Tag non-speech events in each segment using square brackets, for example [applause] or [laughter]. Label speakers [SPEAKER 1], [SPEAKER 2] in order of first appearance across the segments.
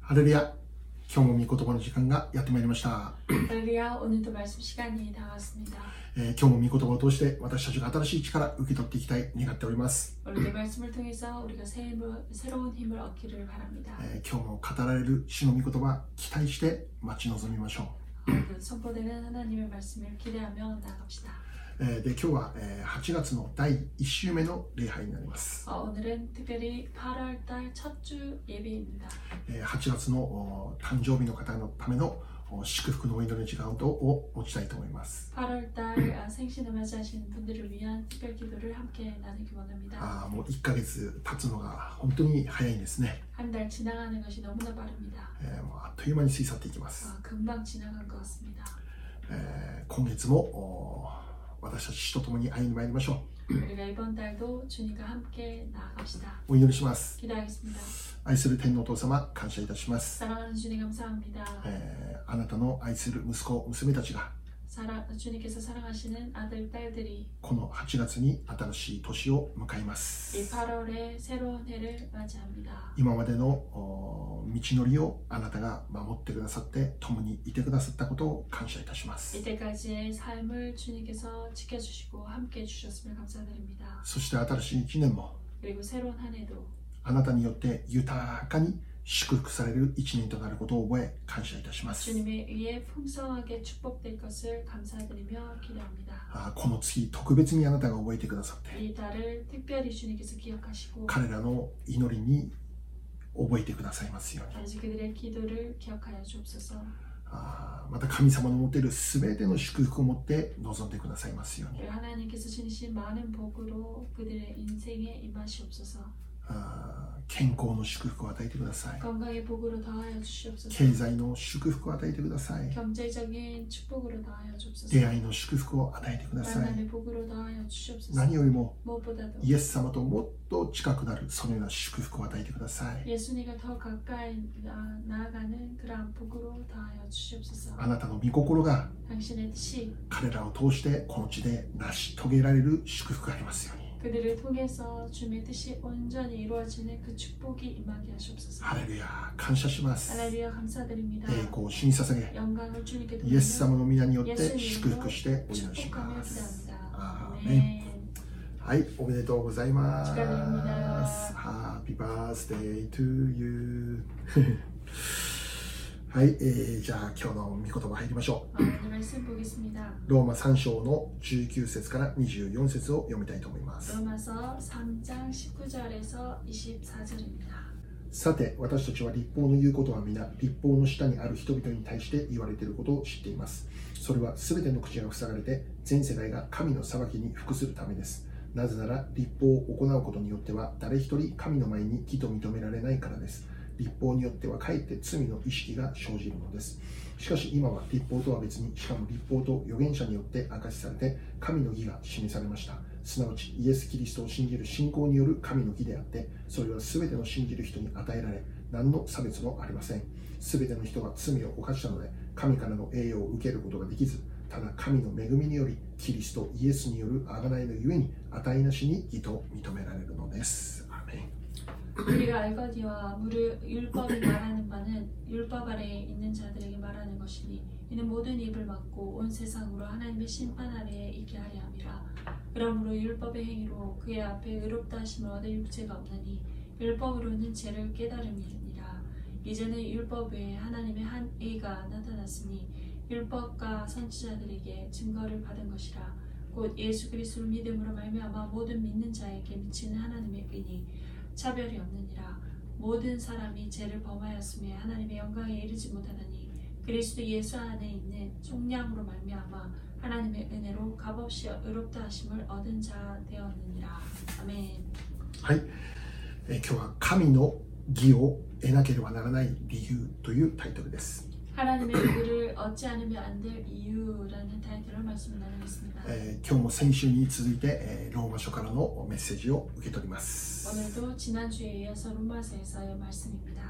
[SPEAKER 1] ハレルヤ今日も御言葉の時間がやってまいりました、
[SPEAKER 2] 할렐루야 오늘도 말씀 시간이 다가왔습니다.
[SPEAKER 1] えー今日も御言葉を通して私たちが新しい力受け取っていきたい願っております、
[SPEAKER 2] 오늘의 말씀을 통해서 우리가 새 힘을, 새로운 힘을 얻기를 바랍니다.
[SPEAKER 1] えー今日も語られる主の御言葉期待して待ち望みましょ
[SPEAKER 2] 오늘 선포되는 하나님의 말씀을 기대하며 나갑시다.
[SPEAKER 1] う、えーで今日は、えー8月の第1週目の礼拝になります、
[SPEAKER 2] 어, 오늘은 특별히 8월달 첫 주 예배입니다.
[SPEAKER 1] えー8月のお誕生日の方のためのお祝福のお祈りの時間を持ちたいと思います
[SPEAKER 2] 8월달 아, 생신을 맞이하시는 분들을 위한 특별 기도를 함께 나누기 원합니다.
[SPEAKER 1] あーもう1ヶ月経つのが本当に早いですね、
[SPEAKER 2] 한 달 지나가는 것이 너무나 빠릅니다.
[SPEAKER 1] えーもうあっという間に過ぎ去っていきます、
[SPEAKER 2] 아, 금방 지나간 것 같습니다.
[SPEAKER 1] えー今月もおー私たち主と共に歩んでまいりましょ
[SPEAKER 2] 우리가 이번 달도 주님과 함께 나아갑시다.
[SPEAKER 1] うお祈りします
[SPEAKER 2] 기도하겠습니다.
[SPEAKER 1] 愛する天のお父様感謝いたします、
[SPEAKER 2] 사랑하는 주님 감사합니다.
[SPEAKER 1] えーあなたの愛する息子娘たちが
[SPEAKER 2] 사랑, 주님께서 사랑하시는 아들 딸들이
[SPEAKER 1] この8月に新しい年を迎えま
[SPEAKER 2] 이
[SPEAKER 1] す
[SPEAKER 2] 8월에 새로운 해를 맞이합니다.
[SPEAKER 1] 今までのおー道のりをあなたが守ってくださって共にいてくださったことを感謝いたします
[SPEAKER 2] 이때까지의 삶을 주님께서 지켜주시고 함께 해주셨으면 감사드립니다.
[SPEAKER 1] そして新しい1年も
[SPEAKER 2] 그리고 새로운 한 해도
[SPEAKER 1] あなたによって豊かに祝福される一年となることを覚え感謝いたします
[SPEAKER 2] 주님에 의해 풍성하게 축복될 것을 감사드리며 기도합니다.
[SPEAKER 1] あこの月特別にあなたが覚えてくださって
[SPEAKER 2] 이 달을 특별히 주님께서 기억하시고
[SPEAKER 1] 彼らの祈りに覚えてくださいますように
[SPEAKER 2] 아직 그들의 기도를 기억하여 주옵소서.
[SPEAKER 1] あまた神様の持ている全ての祝福を持って臨んでくださいますように
[SPEAKER 2] 그리고 하나님께서 주신 많은 복으로 그들의 인생에 임하시옵소서.
[SPEAKER 1] あ健康の祝福を与えてください
[SPEAKER 2] 건강의 복으로 더하여 주시옵소서.
[SPEAKER 1] 経済の祝福を与えてください
[SPEAKER 2] 경제적인 축복으로 더하여 주옵소서.
[SPEAKER 1] 出会いの祝福を与えてください
[SPEAKER 2] 만남의 복으로 더하여 주시옵소서.
[SPEAKER 1] 何よりも
[SPEAKER 2] 무엇보다도
[SPEAKER 1] イエス様ともっと近くなるそのような祝福を与えてください
[SPEAKER 2] 예수님과 더 가까이 나, 나아가는 그러한 복으로 더하여 주시옵소서.
[SPEAKER 1] あなたの御心が
[SPEAKER 2] 당신의 뜻이
[SPEAKER 1] 彼らを通してこの地で成し遂げられる祝福がありますように
[SPEAKER 2] 그들을 통해서 주님의 뜻이 온전히 이루어지는 그 축복이 임하게 하시옵소서.
[SPEAKER 1] ハレルヤ感謝します栄
[SPEAKER 2] 할렐루야 감사드립니다.
[SPEAKER 1] 光を主に捧げ
[SPEAKER 2] 영광을 주님께
[SPEAKER 1] イエス
[SPEAKER 2] 돌리며
[SPEAKER 1] 様の皆によって祝福してお祈りし
[SPEAKER 2] 축복하며
[SPEAKER 1] ます
[SPEAKER 2] 기도합니다.
[SPEAKER 1] 아멘.
[SPEAKER 2] 아멘.
[SPEAKER 1] はいおめでとうございます
[SPEAKER 2] お疲れ様です
[SPEAKER 1] ハッピーバースデー to you [laughs] はい、えーじゃあ今日の御言葉入りましょ
[SPEAKER 2] 어, 오늘 말씀 보겠습니다.
[SPEAKER 1] うローマ3章の19節から24節を読みたいと思います
[SPEAKER 2] 로마서 3장 19절에서 24절입니다.
[SPEAKER 1] さて私たちは立法の言うことは皆立法の下にある人々に対して言われていることを知っていますそれは全ての口が塞がれて全世代が神の裁きに服するためですなぜなら立法を行うことによっては誰一人神の前に義と認められないからです立法によってはかえって罪の意識が生じるのですしかし今は立法とは別にしかも立法と預言者によって明かしされて神の義が示されましたすなわちイエス・キリストを信じる信仰による神の義であってそれは全ての信じる人に与えられ何の差別もありません全ての人が罪を犯したので神からの栄養を受けることができずただ神の恵みによりキリストイエスによる贖いのゆえに値なしに義と認められるのですアーメン
[SPEAKER 2] 우리가 알거니와 무릇 율법이 말하는 바는 율법 아래에 있는 자들에게 말하는 것이니 이는 모든 입을 막고 온 세상으로 하나님의 심판 아래에 있게 하려 함이라. 그러므로 율법의 행위로 그의 앞에 의롭다 하심을 얻을 육체가 없나니 율법으로는 죄를 깨달음이니라. 이제는 율법 외에 하나님의 한 의가 나타났으니 율법과 선지자들에게 증거를 받은 것이라. 곧 예수 그리스도를 믿음으로 말미암아 모든 믿는 자에게 미치는 하나님의 의니 차별이 없느니라 모든 사람이 죄를 범하였으며 하나님의 영광에 이르지 못하나니 그리스도 예수 안에 있는 총량으로 말미암아 하나님의 은혜로 값없이 의롭다 하심을 얻은 자 되었느니라 아멘
[SPEAKER 1] はいえー今日は神の義を得なければならない理由というタイトルです
[SPEAKER 2] 하나님의 은혜를 얻지 않으면 안 될 이유라는 타이틀로 말씀을 나누겠습니다
[SPEAKER 1] えー今日も先週に続いて、えーローマ書からのメッセージを受け取ります
[SPEAKER 2] 오늘도 지난주에 이어서 로마서에서의 말씀입니다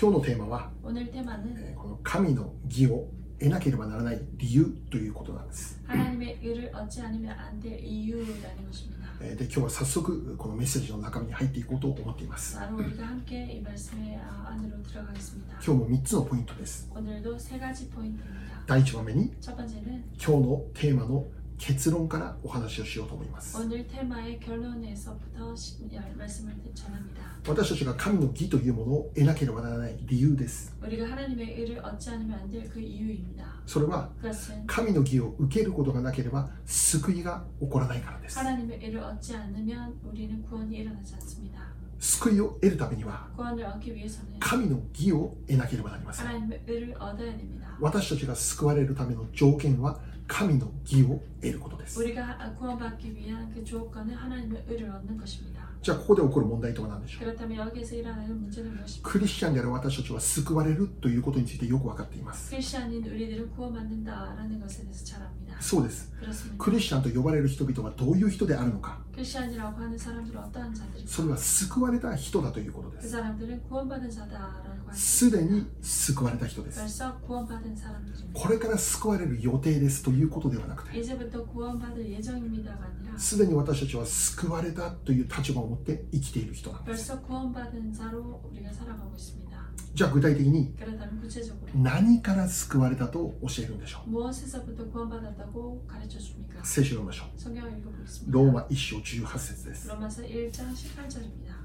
[SPEAKER 1] 今日のテーマは、
[SPEAKER 2] 오늘 테마는
[SPEAKER 1] えーこの神の義を得なければならない理由ということなんです。
[SPEAKER 2] 하나님의 의를 얻지 않으면 안 될 이유라는 것입니다.
[SPEAKER 1] えーで今日は早速このメッセージの中身に入っていこうと思っています。
[SPEAKER 2] 바로 우리가 함께 이 말씀의 아, 안으로 들어가겠습니다.
[SPEAKER 1] 今日も3つのポイントです。
[SPEAKER 2] 오늘도 세 가지 포인트입니다.
[SPEAKER 1] 第1番目に
[SPEAKER 2] 첫 번째는
[SPEAKER 1] 今日のテーマの結論からお話をしようと思います。
[SPEAKER 2] 오늘 테마의 결론에서부터 시- 말씀을 전합니다.
[SPEAKER 1] 私たちが神の義というものを得なければならない理由です。
[SPEAKER 2] 우리가 하나님의 의를 얻지 않으면 안 될 그 이유입니다.
[SPEAKER 1] それは
[SPEAKER 2] 그것은
[SPEAKER 1] 神の義を受けることがなければ救いが起こらないからです。
[SPEAKER 2] 하나님의 의를 얻지 않으면 우리는 구원이 일어나지 않습니다.
[SPEAKER 1] 救いを得るためには
[SPEAKER 2] 구원을 얻기 위해서는
[SPEAKER 1] 神の義を得なければなりません。
[SPEAKER 2] 하나님의 의를 얻어야 됩니다.
[SPEAKER 1] 私たちが救われるための条件は神の義を得ることです。
[SPEAKER 2] 우리가 하- 구원받기 위한 그 조건은 하나님의 의를 얻는 것입니다.
[SPEAKER 1] じゃあここで起こる問題とは何でしょう
[SPEAKER 2] 그렇다면 여기에서 일어나는 문제는 무엇입니까?
[SPEAKER 1] クリスチャンである私たちは救われるということについてよく分かっています。
[SPEAKER 2] 크리스천인 우리들은 구원받는다라는 것에 대해서 잘 압니다.
[SPEAKER 1] そうです。
[SPEAKER 2] 그렇습니다.
[SPEAKER 1] クリスチャンと呼ばれる人々はどういう人であるのか、
[SPEAKER 2] 크리스천이라고 하는 사람들은 어떠한 자들입니까?
[SPEAKER 1] それは救われた人だということで
[SPEAKER 2] 그
[SPEAKER 1] す。
[SPEAKER 2] 사람들은 구원받은 자다라고 하죠.
[SPEAKER 1] すでに救われた人です。
[SPEAKER 2] 벌써 구원받은 사람들입니다.
[SPEAKER 1] これから救われる予定ですということではなくて、
[SPEAKER 2] 이제부터 구원받을 예정입니다가 아니라
[SPEAKER 1] すでに私たちは救われたという立場を持って生きている人なんです。
[SPEAKER 2] 벌써 구원받은 자로 우리가 살아가고 있습니다.
[SPEAKER 1] じゃあ具体的に
[SPEAKER 2] 그렇다면 구체적으로
[SPEAKER 1] 何から救われたと教えるんでしょ
[SPEAKER 2] 무엇에서부터 구원받았다고 가르쳐 줍니까?
[SPEAKER 1] う聖書を読みましょう。
[SPEAKER 2] 성경을 읽어보겠습니다.
[SPEAKER 1] ローマ1章18節です。
[SPEAKER 2] 로마서 1장 18절입니다.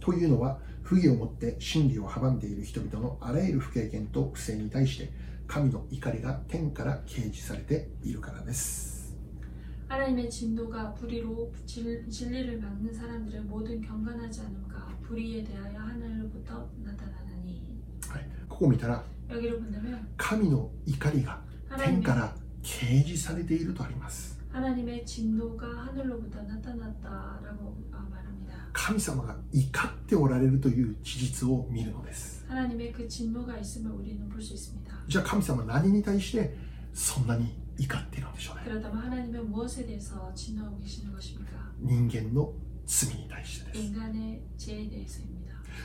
[SPEAKER 1] というのは、不義をもって真理を阻んでいる人々のあらゆる不経験と不正に対して、神の怒りが天から掲示されているからです。
[SPEAKER 2] 하나님의 진노가 불의로 진, 진리를 막는 사람들의 모든 경건하지 않음과 불의에 대하여 하늘로부터 나타나나니
[SPEAKER 1] はい、ここを見たら、
[SPEAKER 2] 여기를 본다면
[SPEAKER 1] 神の怒りが天
[SPEAKER 2] 하나님의,
[SPEAKER 1] から掲示されているとあります。
[SPEAKER 2] 하나님의 진노가 하늘로부터 나타났다라고 아, 말합니다.
[SPEAKER 1] 神様が怒っておられるという事実を見るのです。
[SPEAKER 2] 하나님의 그 진노가 있음을 우리는 볼 수 있습니다.
[SPEAKER 1] じゃあ神様は何に対してそんなに怒っているんでしょうね。
[SPEAKER 2] 그렇다면 하나님은 무엇에 대해서 진노하고 계시는 것입니까?
[SPEAKER 1] 人間の罪に対してです。
[SPEAKER 2] 인간의 죄에 대해서입니다.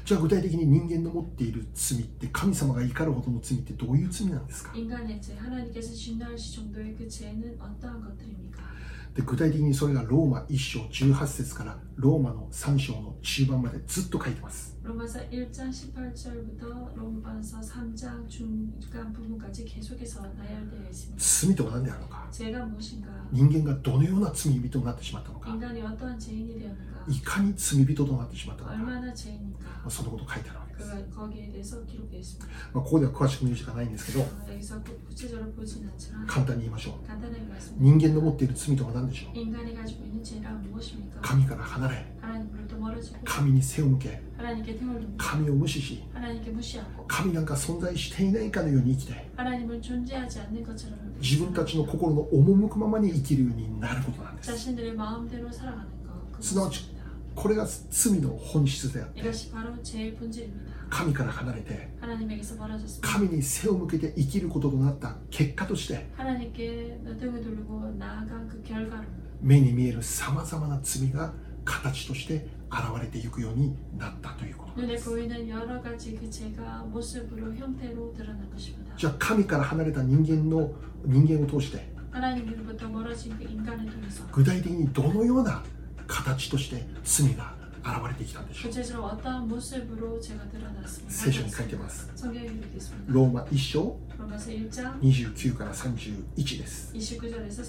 [SPEAKER 1] じゃあ具体的に人間の持っている罪って神様が怒るほどの罪ってどういう罪なんですか
[SPEAKER 2] 인간의 죄, 하나님께서 진노하실 정도의 그 죄는 어떠한 것들입니까?
[SPEAKER 1] で具体的にそれがローマ1章18節からローマの3章の中盤までずっと書いてます
[SPEAKER 2] 로마서 1장 18절부터 로마서 3장 중간 부분까지 계속해서 나열되어 있습니다.
[SPEAKER 1] 罪とは何であるのか
[SPEAKER 2] 죄가 무엇인가?
[SPEAKER 1] 人間がどのような罪人になってしまったのか
[SPEAKER 2] 인간이 어떠한 죄인이 되었는가?
[SPEAKER 1] いかに罪人となってしまったのか、ま
[SPEAKER 2] 얼마나 죄인인가?
[SPEAKER 1] あ、そのこと書いてあるわけです、
[SPEAKER 2] 그가 거기에 대해서 기록되어 있습니다.
[SPEAKER 1] まあ、ここでは詳しく見る時間ないんですけど
[SPEAKER 2] 아, 여기서 구- 구체적으로 보진 않지만
[SPEAKER 1] 簡単に言いましょう
[SPEAKER 2] 간단하게 말씀드립니다.
[SPEAKER 1] 人間の持っている罪とは何でしょう
[SPEAKER 2] 인간이 가지고 있는 죄란 무엇입니까?
[SPEAKER 1] 神から離れ
[SPEAKER 2] 하나님으로부터 멀어지고
[SPEAKER 1] 神に背を向け
[SPEAKER 2] 하나님께 등을 둡니다.
[SPEAKER 1] 神を無視し
[SPEAKER 2] 하나님께 무시하고
[SPEAKER 1] 神なんか存在していないかのように生きて
[SPEAKER 2] 하나님을 존재하지 않는 것처럼
[SPEAKER 1] 自分たちの心の赴くままに生きるようになることなんです
[SPEAKER 2] 자신들의 마음대로 살아가는 것 그것입니다.
[SPEAKER 1] 스나우치. これが罪の本質であって
[SPEAKER 2] 이것이 바로 죄의 본질입니다.
[SPEAKER 1] 神から離れて
[SPEAKER 2] 하나님에게서 멀어졌습니다.
[SPEAKER 1] 神に背を向けて生きることとなった結果として
[SPEAKER 2] 하나님께 등을 돌리고 나아간 그 결과로
[SPEAKER 1] 目に見えるさまざまな罪が形として現れていくようになったということなん
[SPEAKER 2] 눈에
[SPEAKER 1] です
[SPEAKER 2] 보이는 여러 가지 그 죄가 모습으로 형태로 드러난 것입니다.
[SPEAKER 1] じゃあ神から離れた人間の人間を通して
[SPEAKER 2] 하나님으로부터 멀어진 그 인간을 통해서
[SPEAKER 1] 具体的にどのような形として罪が現れてきたんでしょう
[SPEAKER 2] 구체적으로 어떠한 모습으로 죄가 드러났습니다.
[SPEAKER 1] 聖書に書いてます
[SPEAKER 2] 성경에 기록됐습니다.
[SPEAKER 1] ローマ1章
[SPEAKER 2] 로마서 1장
[SPEAKER 1] 29から31です
[SPEAKER 2] 29절에서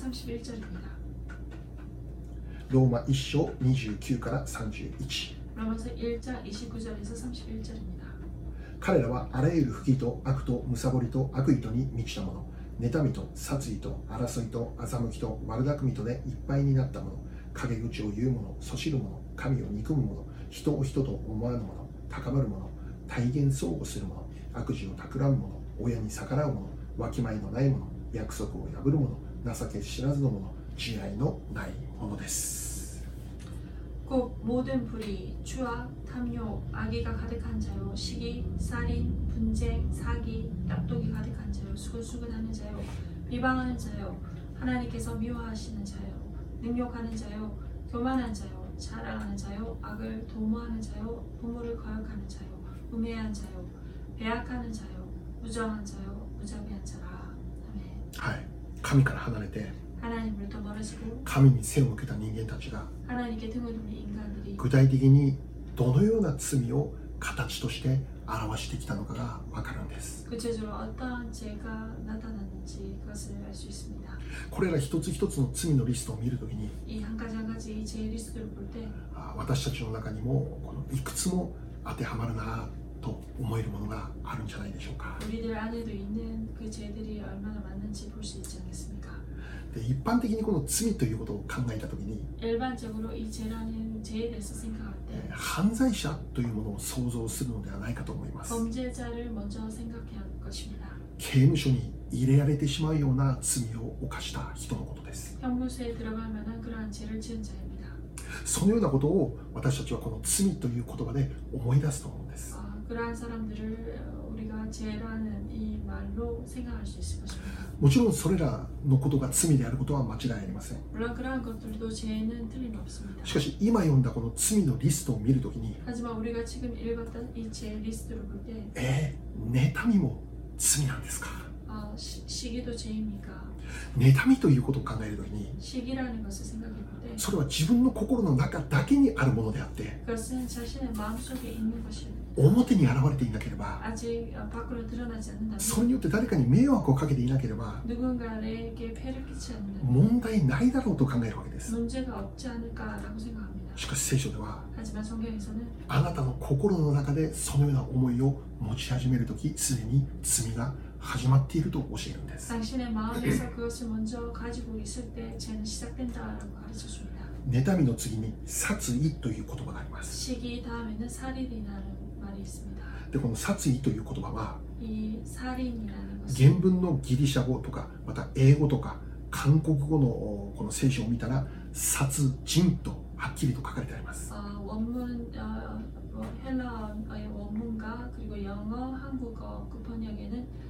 [SPEAKER 2] 31절입니다.
[SPEAKER 1] ローマ1章29から31
[SPEAKER 2] 로마서 1장 29절에서 31절입니다.
[SPEAKER 1] 彼らはあらゆる不義と悪と貪りと悪意とに満ちたもの妬みと殺意と争いと欺きと悪巧みとでいっぱいになったもの陰口を言う者そしる者神を憎む者人を人と思わぬ者高まる者体現相互する者悪事を企む者親に逆らう者わきまえのない者約束を破る者情け知らずの者慈愛のない者です
[SPEAKER 2] 곧 모든 불의, 추악, 탐욕, 악의가 가득한 자요, 시기, 살인, 분쟁, 사기, 약독이 가득한 자요, 수근수근하는 자요, 비방하는 자요, 하나님께서 미워하시는 자요, 능욕하는 자요, 교만한 자요, 자랑하는 자요, 악을 도모하는 자요, 부모를 거역하는 자요, 우매한 자요, 배악하는 자요, 무정한 자요, 무자비한 자라.
[SPEAKER 1] はい、神から離れて
[SPEAKER 2] 하나님으로부터 멀어지고
[SPEAKER 1] 神に背を向けた人間たちが
[SPEAKER 2] 하나님께 등을 돌린 인간들이
[SPEAKER 1] 具体的にどのような罪を形として表してきたのかがわかるんです
[SPEAKER 2] 구체적으로 그 어떠한 죄가 나타났는지 그것을 알 수 있습니다.
[SPEAKER 1] これら一つ一つの罪のリストを見るときに
[SPEAKER 2] 이 한 가지 한 가지 이 죄 리스트를 볼 때
[SPEAKER 1] あ私たちの中にもこのいくつも当てはまるなと思えるものがあるんじゃないでしょうか
[SPEAKER 2] 우리들 안에도 있는 그 죄들이 얼마나 많은지 볼 수 있지 않겠습니까?
[SPEAKER 1] で一般的にこの罪ということを考えたときに、
[SPEAKER 2] 일반적으로 이 죄라는 죄에 대해서 생각할
[SPEAKER 1] えー
[SPEAKER 2] 때
[SPEAKER 1] 犯罪者というものを想像するのではないかと思います
[SPEAKER 2] 범죄자를 먼저 생각해야 할 것입니다.
[SPEAKER 1] 刑務所に入れられてしまうような罪を犯した人のことです
[SPEAKER 2] 형무소에 들어갈 만한 그러한 죄를 지은 자입니다.
[SPEAKER 1] そのようなことを私たちはこの罪という言葉で思い出すと思うんです
[SPEAKER 2] 아, 그러한 사람들을 어, 우리가 죄라는 이 말로 생각할 수 있을 것입니다.
[SPEAKER 1] もちろんそれらのことが罪であることは間違いありません
[SPEAKER 2] 물론 그러한 것들도 죄는 틀림없습니다.
[SPEAKER 1] しかし今読んだこの罪のリストを見るときに
[SPEAKER 2] 하지만 우리가 지금 읽었던 이 죄 리스트를 볼 때
[SPEAKER 1] えー、妬みも罪なんですか
[SPEAKER 2] 아, 시, 시기도 죄입니까?
[SPEAKER 1] 妬みということを考えるときに
[SPEAKER 2] 시기라는 것을 생각해 볼 때
[SPEAKER 1] それは自分の心の中だけにあるものであって
[SPEAKER 2] 그것은 자신의 마음속에 있는 것입니다.
[SPEAKER 1] 表に現れていなければ
[SPEAKER 2] 아직 어, 밖으로 드러나지
[SPEAKER 1] それに
[SPEAKER 2] 않는다면
[SPEAKER 1] よって誰かに迷惑をかけていなければ
[SPEAKER 2] 누군가에게 폐를 끼치지
[SPEAKER 1] 問
[SPEAKER 2] 않는다면
[SPEAKER 1] 題ないだろうと考えるわけです
[SPEAKER 2] 문제가 없지 않을까라고 생각합니다.
[SPEAKER 1] しかし聖書では
[SPEAKER 2] 하지만 성경에서는
[SPEAKER 1] あなたの心の中でそのような思いを持ち始めるときすでに罪が始まっていると教えるんです
[SPEAKER 2] 당신의 마음에서 그것을 먼저 가지고 있을 때 죄는 시작된다라고 가르쳐줍니다.
[SPEAKER 1] 妬みの次に殺意という言葉があります
[SPEAKER 2] 시기 다음에는 살인이라는 말이 있습니다.
[SPEAKER 1] でこの殺意という言葉は
[SPEAKER 2] 이 살인이라는
[SPEAKER 1] 原
[SPEAKER 2] 것은
[SPEAKER 1] 文のギリシャ語とかまた英語とか韓国語のおこの聖書を見たら殺人とはっきりと書かれてあります
[SPEAKER 2] 어, 원문 어, 뭐 헬라어의 원문과 그리고 영어, 한국어 그 번역에는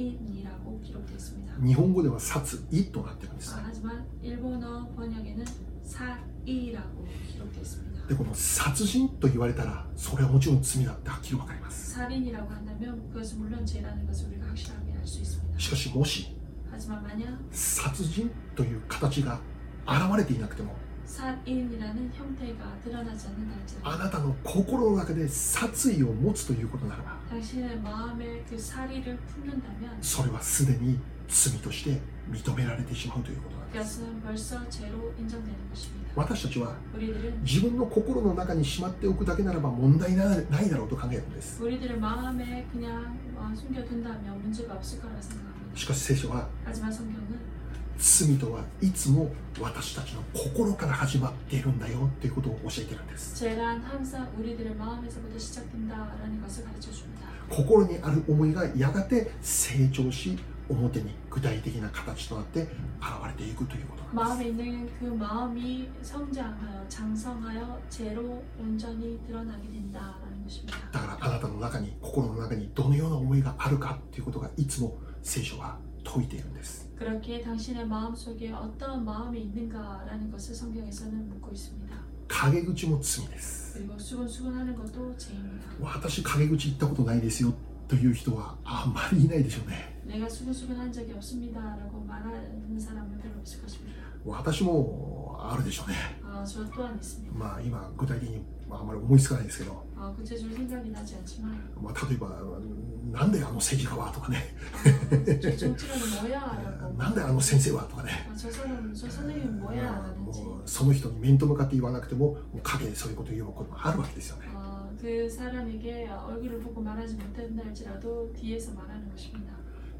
[SPEAKER 2] 살인이라고 기록되어 있습니다.
[SPEAKER 1] 日本語では殺意となってるんで
[SPEAKER 2] 아,
[SPEAKER 1] すね
[SPEAKER 2] 하지만 일본어 번역에는 살이라고 기록되어 있습니다.
[SPEAKER 1] でこの殺人と言われたらそれはもちろん罪だってはっきりわかります
[SPEAKER 2] 살인이라고 한다면 그것은 물론 죄라는 것을 우리가 확실하게 알 수 있습니다.
[SPEAKER 1] しかしもし
[SPEAKER 2] 하지만 만약
[SPEAKER 1] 殺人という形が現れていなくても
[SPEAKER 2] 살인이라는 형태가 드러나지 않는다 할지라도
[SPEAKER 1] あなたの心の中で殺意を持つということならば
[SPEAKER 2] 당신의 마음에 그 살이를 품는다면
[SPEAKER 1] それはすでに罪として認められてしまうということなんです
[SPEAKER 2] 그것은 벌써 죄로 인정되는 것입니다.
[SPEAKER 1] 私たちは
[SPEAKER 2] 우리들은
[SPEAKER 1] 自分の心の中にしまっておくだけならば問題なないだろうと考えるんです
[SPEAKER 2] 우리들의 마음에 그냥 어, 숨겨둔다면 문제가 없을 거라 생각합니다.
[SPEAKER 1] しかし聖書は
[SPEAKER 2] 하지만 성경은
[SPEAKER 1] 罪とはいつも私たちの心から始まっているんだよということを教えているんです
[SPEAKER 2] 죄란 항상 우리들의 마음에서부터 시작된다라는 것을 가르쳐 줍니다.
[SPEAKER 1] 心にある思いがやがて成長し表に具体的な形となって現れていくということなんです
[SPEAKER 2] 마음에 있는 그 마음이 성장하여 장성하여 죄로 온전히 드러나게 된다라는 것입니다.
[SPEAKER 1] だからあなたの中に心の中にどのような思いがあるかということがいつも聖書は説いているんです
[SPEAKER 2] 그렇게 당신의 마음 속에 어떤 마음이 있는가라는 것을 성경에서는 묻고 있습니다.
[SPEAKER 1] 陰口も罪です
[SPEAKER 2] 그리고 수근수근하는 것도 죄입니다.
[SPEAKER 1] 私陰口言ったことないですよという人はあんまりいないでしょうね
[SPEAKER 2] 내가 수근수근한 적이 없습니다라고 말하는 사람은 별로 없을 것입니다.
[SPEAKER 1] 私もあるでしょうね
[SPEAKER 2] 아, 저 또한 있습니다.
[SPEAKER 1] まあ今具体的にまああまり思いつかないですけど、
[SPEAKER 2] 아, 구체적으로 생각이 나지
[SPEAKER 1] [laughs]
[SPEAKER 2] 않지만
[SPEAKER 1] まあ、例えば「なんであの政治家は?」とかね
[SPEAKER 2] 저
[SPEAKER 1] 「
[SPEAKER 2] 정치가는 뭐야라고
[SPEAKER 1] なんであの先生は?」とかね
[SPEAKER 2] 아, 저 사람 저 선생님
[SPEAKER 1] まあ
[SPEAKER 2] 뭐야라든지
[SPEAKER 1] もうその人に面と向かって言わなくてももう陰でそういうことを言うこともあるわけですよね
[SPEAKER 2] 어, 그 사람에게 얼굴을 보고 말하지 못한다 할지라도 뒤에서 말하는 것입니다.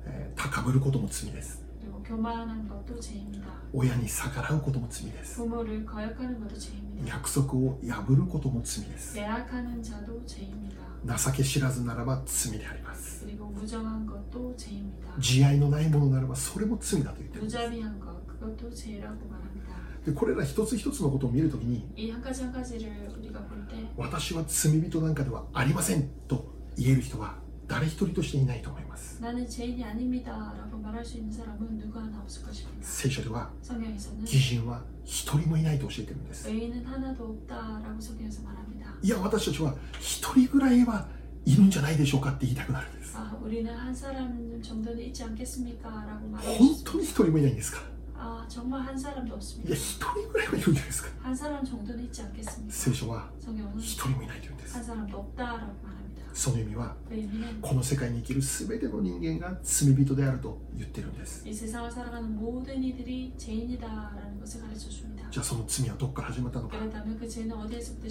[SPEAKER 1] えー高ぶることも罪です
[SPEAKER 2] 그리고 교만한 것도 죄입니다.
[SPEAKER 1] 親に逆らうことも罪です
[SPEAKER 2] 부모를 거역하는 것도 죄입니다.
[SPEAKER 1] 約束を破ることも罪です。
[SPEAKER 2] 배약하는 자도 죄입니다.
[SPEAKER 1] 情け知らずならば罪であります。
[SPEAKER 2] 그리고 무정한 것도 죄입니다.
[SPEAKER 1] 慈愛のないものならばそれも罪だと言ってるんです。
[SPEAKER 2] 무자비한 것 그것도 죄라고 말합니다.
[SPEAKER 1] でこれら一つ一つのことを見るときに、
[SPEAKER 2] 이 한 가지 한 가지를 우리가 볼 때
[SPEAKER 1] 私は罪人なんかではありませんと言える人は誰一人としていないと思います。
[SPEAKER 2] 나는 죄인이 아닙니다라고 말할 수 있는 사람은 누구 하나 없을 것입니다.
[SPEAKER 1] 聖書では、
[SPEAKER 2] 성경에서는
[SPEAKER 1] 義人は一人もいないと教えてるんです。
[SPEAKER 2] 의인은 하나도 없다라고 성경에서 말합니다.
[SPEAKER 1] いや、私たちは一人ぐらいはいるんじゃないでしょうかって言いたくなるんです。
[SPEAKER 2] 아, 우리는 한 사람 정도는 있지 않겠습니까? 라고
[SPEAKER 1] 本
[SPEAKER 2] 말하고 싶습니다.
[SPEAKER 1] 当に一人もいないんですか
[SPEAKER 2] 아, 정말 한 사람도
[SPEAKER 1] いや、
[SPEAKER 2] 없습니다.
[SPEAKER 1] 一人ぐらいはいるんじゃないですか
[SPEAKER 2] 한 사람 정도는 있지 않겠습니까?
[SPEAKER 1] 聖書は
[SPEAKER 2] 성경은
[SPEAKER 1] 一人もいないと言うんです
[SPEAKER 2] 한 사람도 없다라고 말합니다.
[SPEAKER 1] その意味は
[SPEAKER 2] 그 의미는
[SPEAKER 1] この世界に生きる全ての人間が罪人であると言ってるんです
[SPEAKER 2] 이 세상을 살아가는 모든 이들이 죄인이다라는 것을 가르쳐 줍니다.
[SPEAKER 1] じゃあその罪はどこから始まったのか
[SPEAKER 2] 그렇다면 그 죄는 어디에서부터
[SPEAKER 1] 神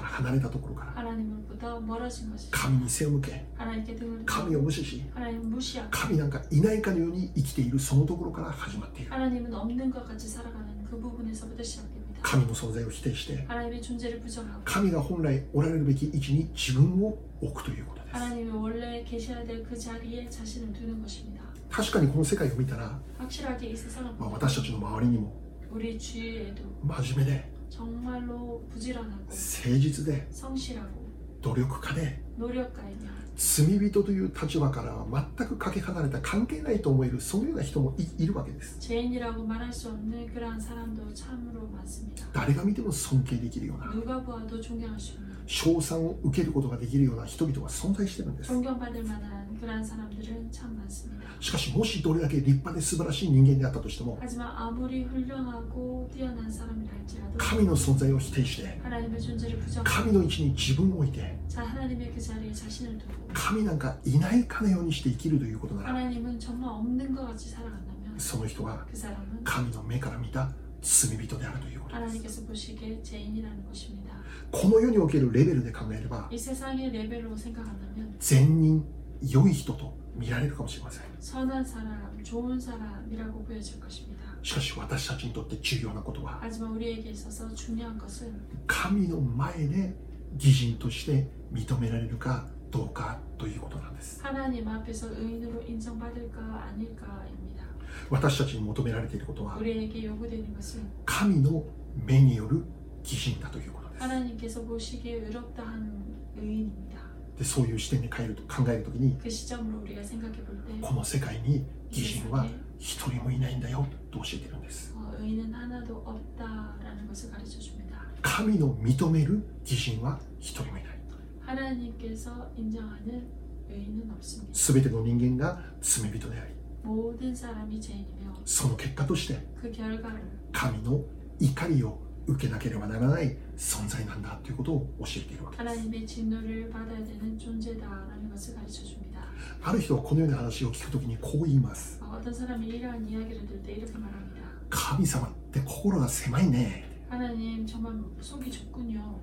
[SPEAKER 1] か ら離れたところから
[SPEAKER 2] 하나님으로부터 멀어진 것이
[SPEAKER 1] 神に背を向け
[SPEAKER 2] 하나님께 등을
[SPEAKER 1] 神
[SPEAKER 2] 돌리고
[SPEAKER 1] を無視し
[SPEAKER 2] 하나님 무시하고
[SPEAKER 1] 神なんかいないかのように生きているそのところから始まっている
[SPEAKER 2] 하나님은 없는 것 같이 살아가는 그 부분에서부터 시작됩니다.
[SPEAKER 1] 神の存在を否定して
[SPEAKER 2] 하나님의 존재를 부정하고
[SPEAKER 1] 神が本来おられるべき位置に自分を置くということです
[SPEAKER 2] 하나님이 원래 계셔야 될 그 자리에 자신을 두는 것입니다.
[SPEAKER 1] 確かにこの世界を見たら、
[SPEAKER 2] 확실하게 이 세상을
[SPEAKER 1] まあ、
[SPEAKER 2] 보면
[SPEAKER 1] 私たちの周りにも
[SPEAKER 2] 우리 주위에도
[SPEAKER 1] 真面目で
[SPEAKER 2] 정말로 부지런하고
[SPEAKER 1] 誠実で
[SPEAKER 2] 성실하고
[SPEAKER 1] 努力家で
[SPEAKER 2] 노력가이며
[SPEAKER 1] 罪人という立場からは全くかけ離れた関係ないと思えるそのような人もいいるわけです
[SPEAKER 2] 죄인이라고 말할 수 없는 그러한 사람도 참으로 많습니다.
[SPEAKER 1] 誰が見ても尊敬できるような
[SPEAKER 2] 누가 보아도 존경할 수 있는
[SPEAKER 1] 称賛を受けることができるような人々が存在してるんです
[SPEAKER 2] 존경받을 만한 그러한 사람들은 참 많습니다.
[SPEAKER 1] しかしもしどれだけ立派で素晴らしい人間であったとしても
[SPEAKER 2] 하지만 아무리 훌륭하고 뛰어난 사람이라 할지라도
[SPEAKER 1] 神の存在を否定して
[SPEAKER 2] 하나님의 존재를 부정하고
[SPEAKER 1] 神の位置に自分を置いて
[SPEAKER 2] 자 하나님의 그 자리에 자신을 두고
[SPEAKER 1] 神なんかいないかのようにして生きるということなら
[SPEAKER 2] 하나님은 정말 없는 것 같이 살아간다면
[SPEAKER 1] その人は
[SPEAKER 2] 그 사람은
[SPEAKER 1] 神の目から見た罪人であるということです
[SPEAKER 2] 하나님께서 보시기에 죄인이라는 것입니다.
[SPEAKER 1] この世におけるレベルで考えれば
[SPEAKER 2] 이 세상의 레벨로 생각한다면
[SPEAKER 1] 善人良い人と見られるかもしれません
[SPEAKER 2] 선한 사람, 좋은 사람이라고 보여질 것입니다.
[SPEAKER 1] しかし私たちにとって重要なことは
[SPEAKER 2] 하지만 우리에게 있어서 중요한 것은
[SPEAKER 1] 神の前で義人として認められるかどうかということなんです
[SPEAKER 2] 하나님 앞에서 의인으로 인정받을까 아닐까입니다.
[SPEAKER 1] 私たちに求められていることは
[SPEAKER 2] 우리에게 요구되는 것은
[SPEAKER 1] 神の目による義人だということです
[SPEAKER 2] 하나님께서 보시기에 의롭다 한 의인입니다.
[SPEAKER 1] でそういう視点に変えると考えるときに
[SPEAKER 2] 그 시점으로 우리가 생각해 볼 때
[SPEAKER 1] この世界に義人は
[SPEAKER 2] 세상에
[SPEAKER 1] 一人もいないんだよと教えてるんです
[SPEAKER 2] 어, 의인은 하나도 없다라는 것을 가르쳐 줍니다.
[SPEAKER 1] 神の認める義人は一人もいない
[SPEAKER 2] 하나님께서 인정하는 의인은 없습니다.
[SPEAKER 1] 全ての人間が罪人であり
[SPEAKER 2] 모든 사람이 죄인이며
[SPEAKER 1] その結果として
[SPEAKER 2] 그 결과를
[SPEAKER 1] 神の怒りを受けなければならない存在なんだということを教えているわけです
[SPEAKER 2] 하나님의 진노를 받아야 되는 존재다라는 것을 가르쳐 줍니다.
[SPEAKER 1] ある人はこのような話を聞くときにこう言います
[SPEAKER 2] 어, 어떤 사람이 이러한 이야기를 들 때 이렇게 말합니다.
[SPEAKER 1] 神様って心が狭いね
[SPEAKER 2] 하나님 정말 속이 좁군요.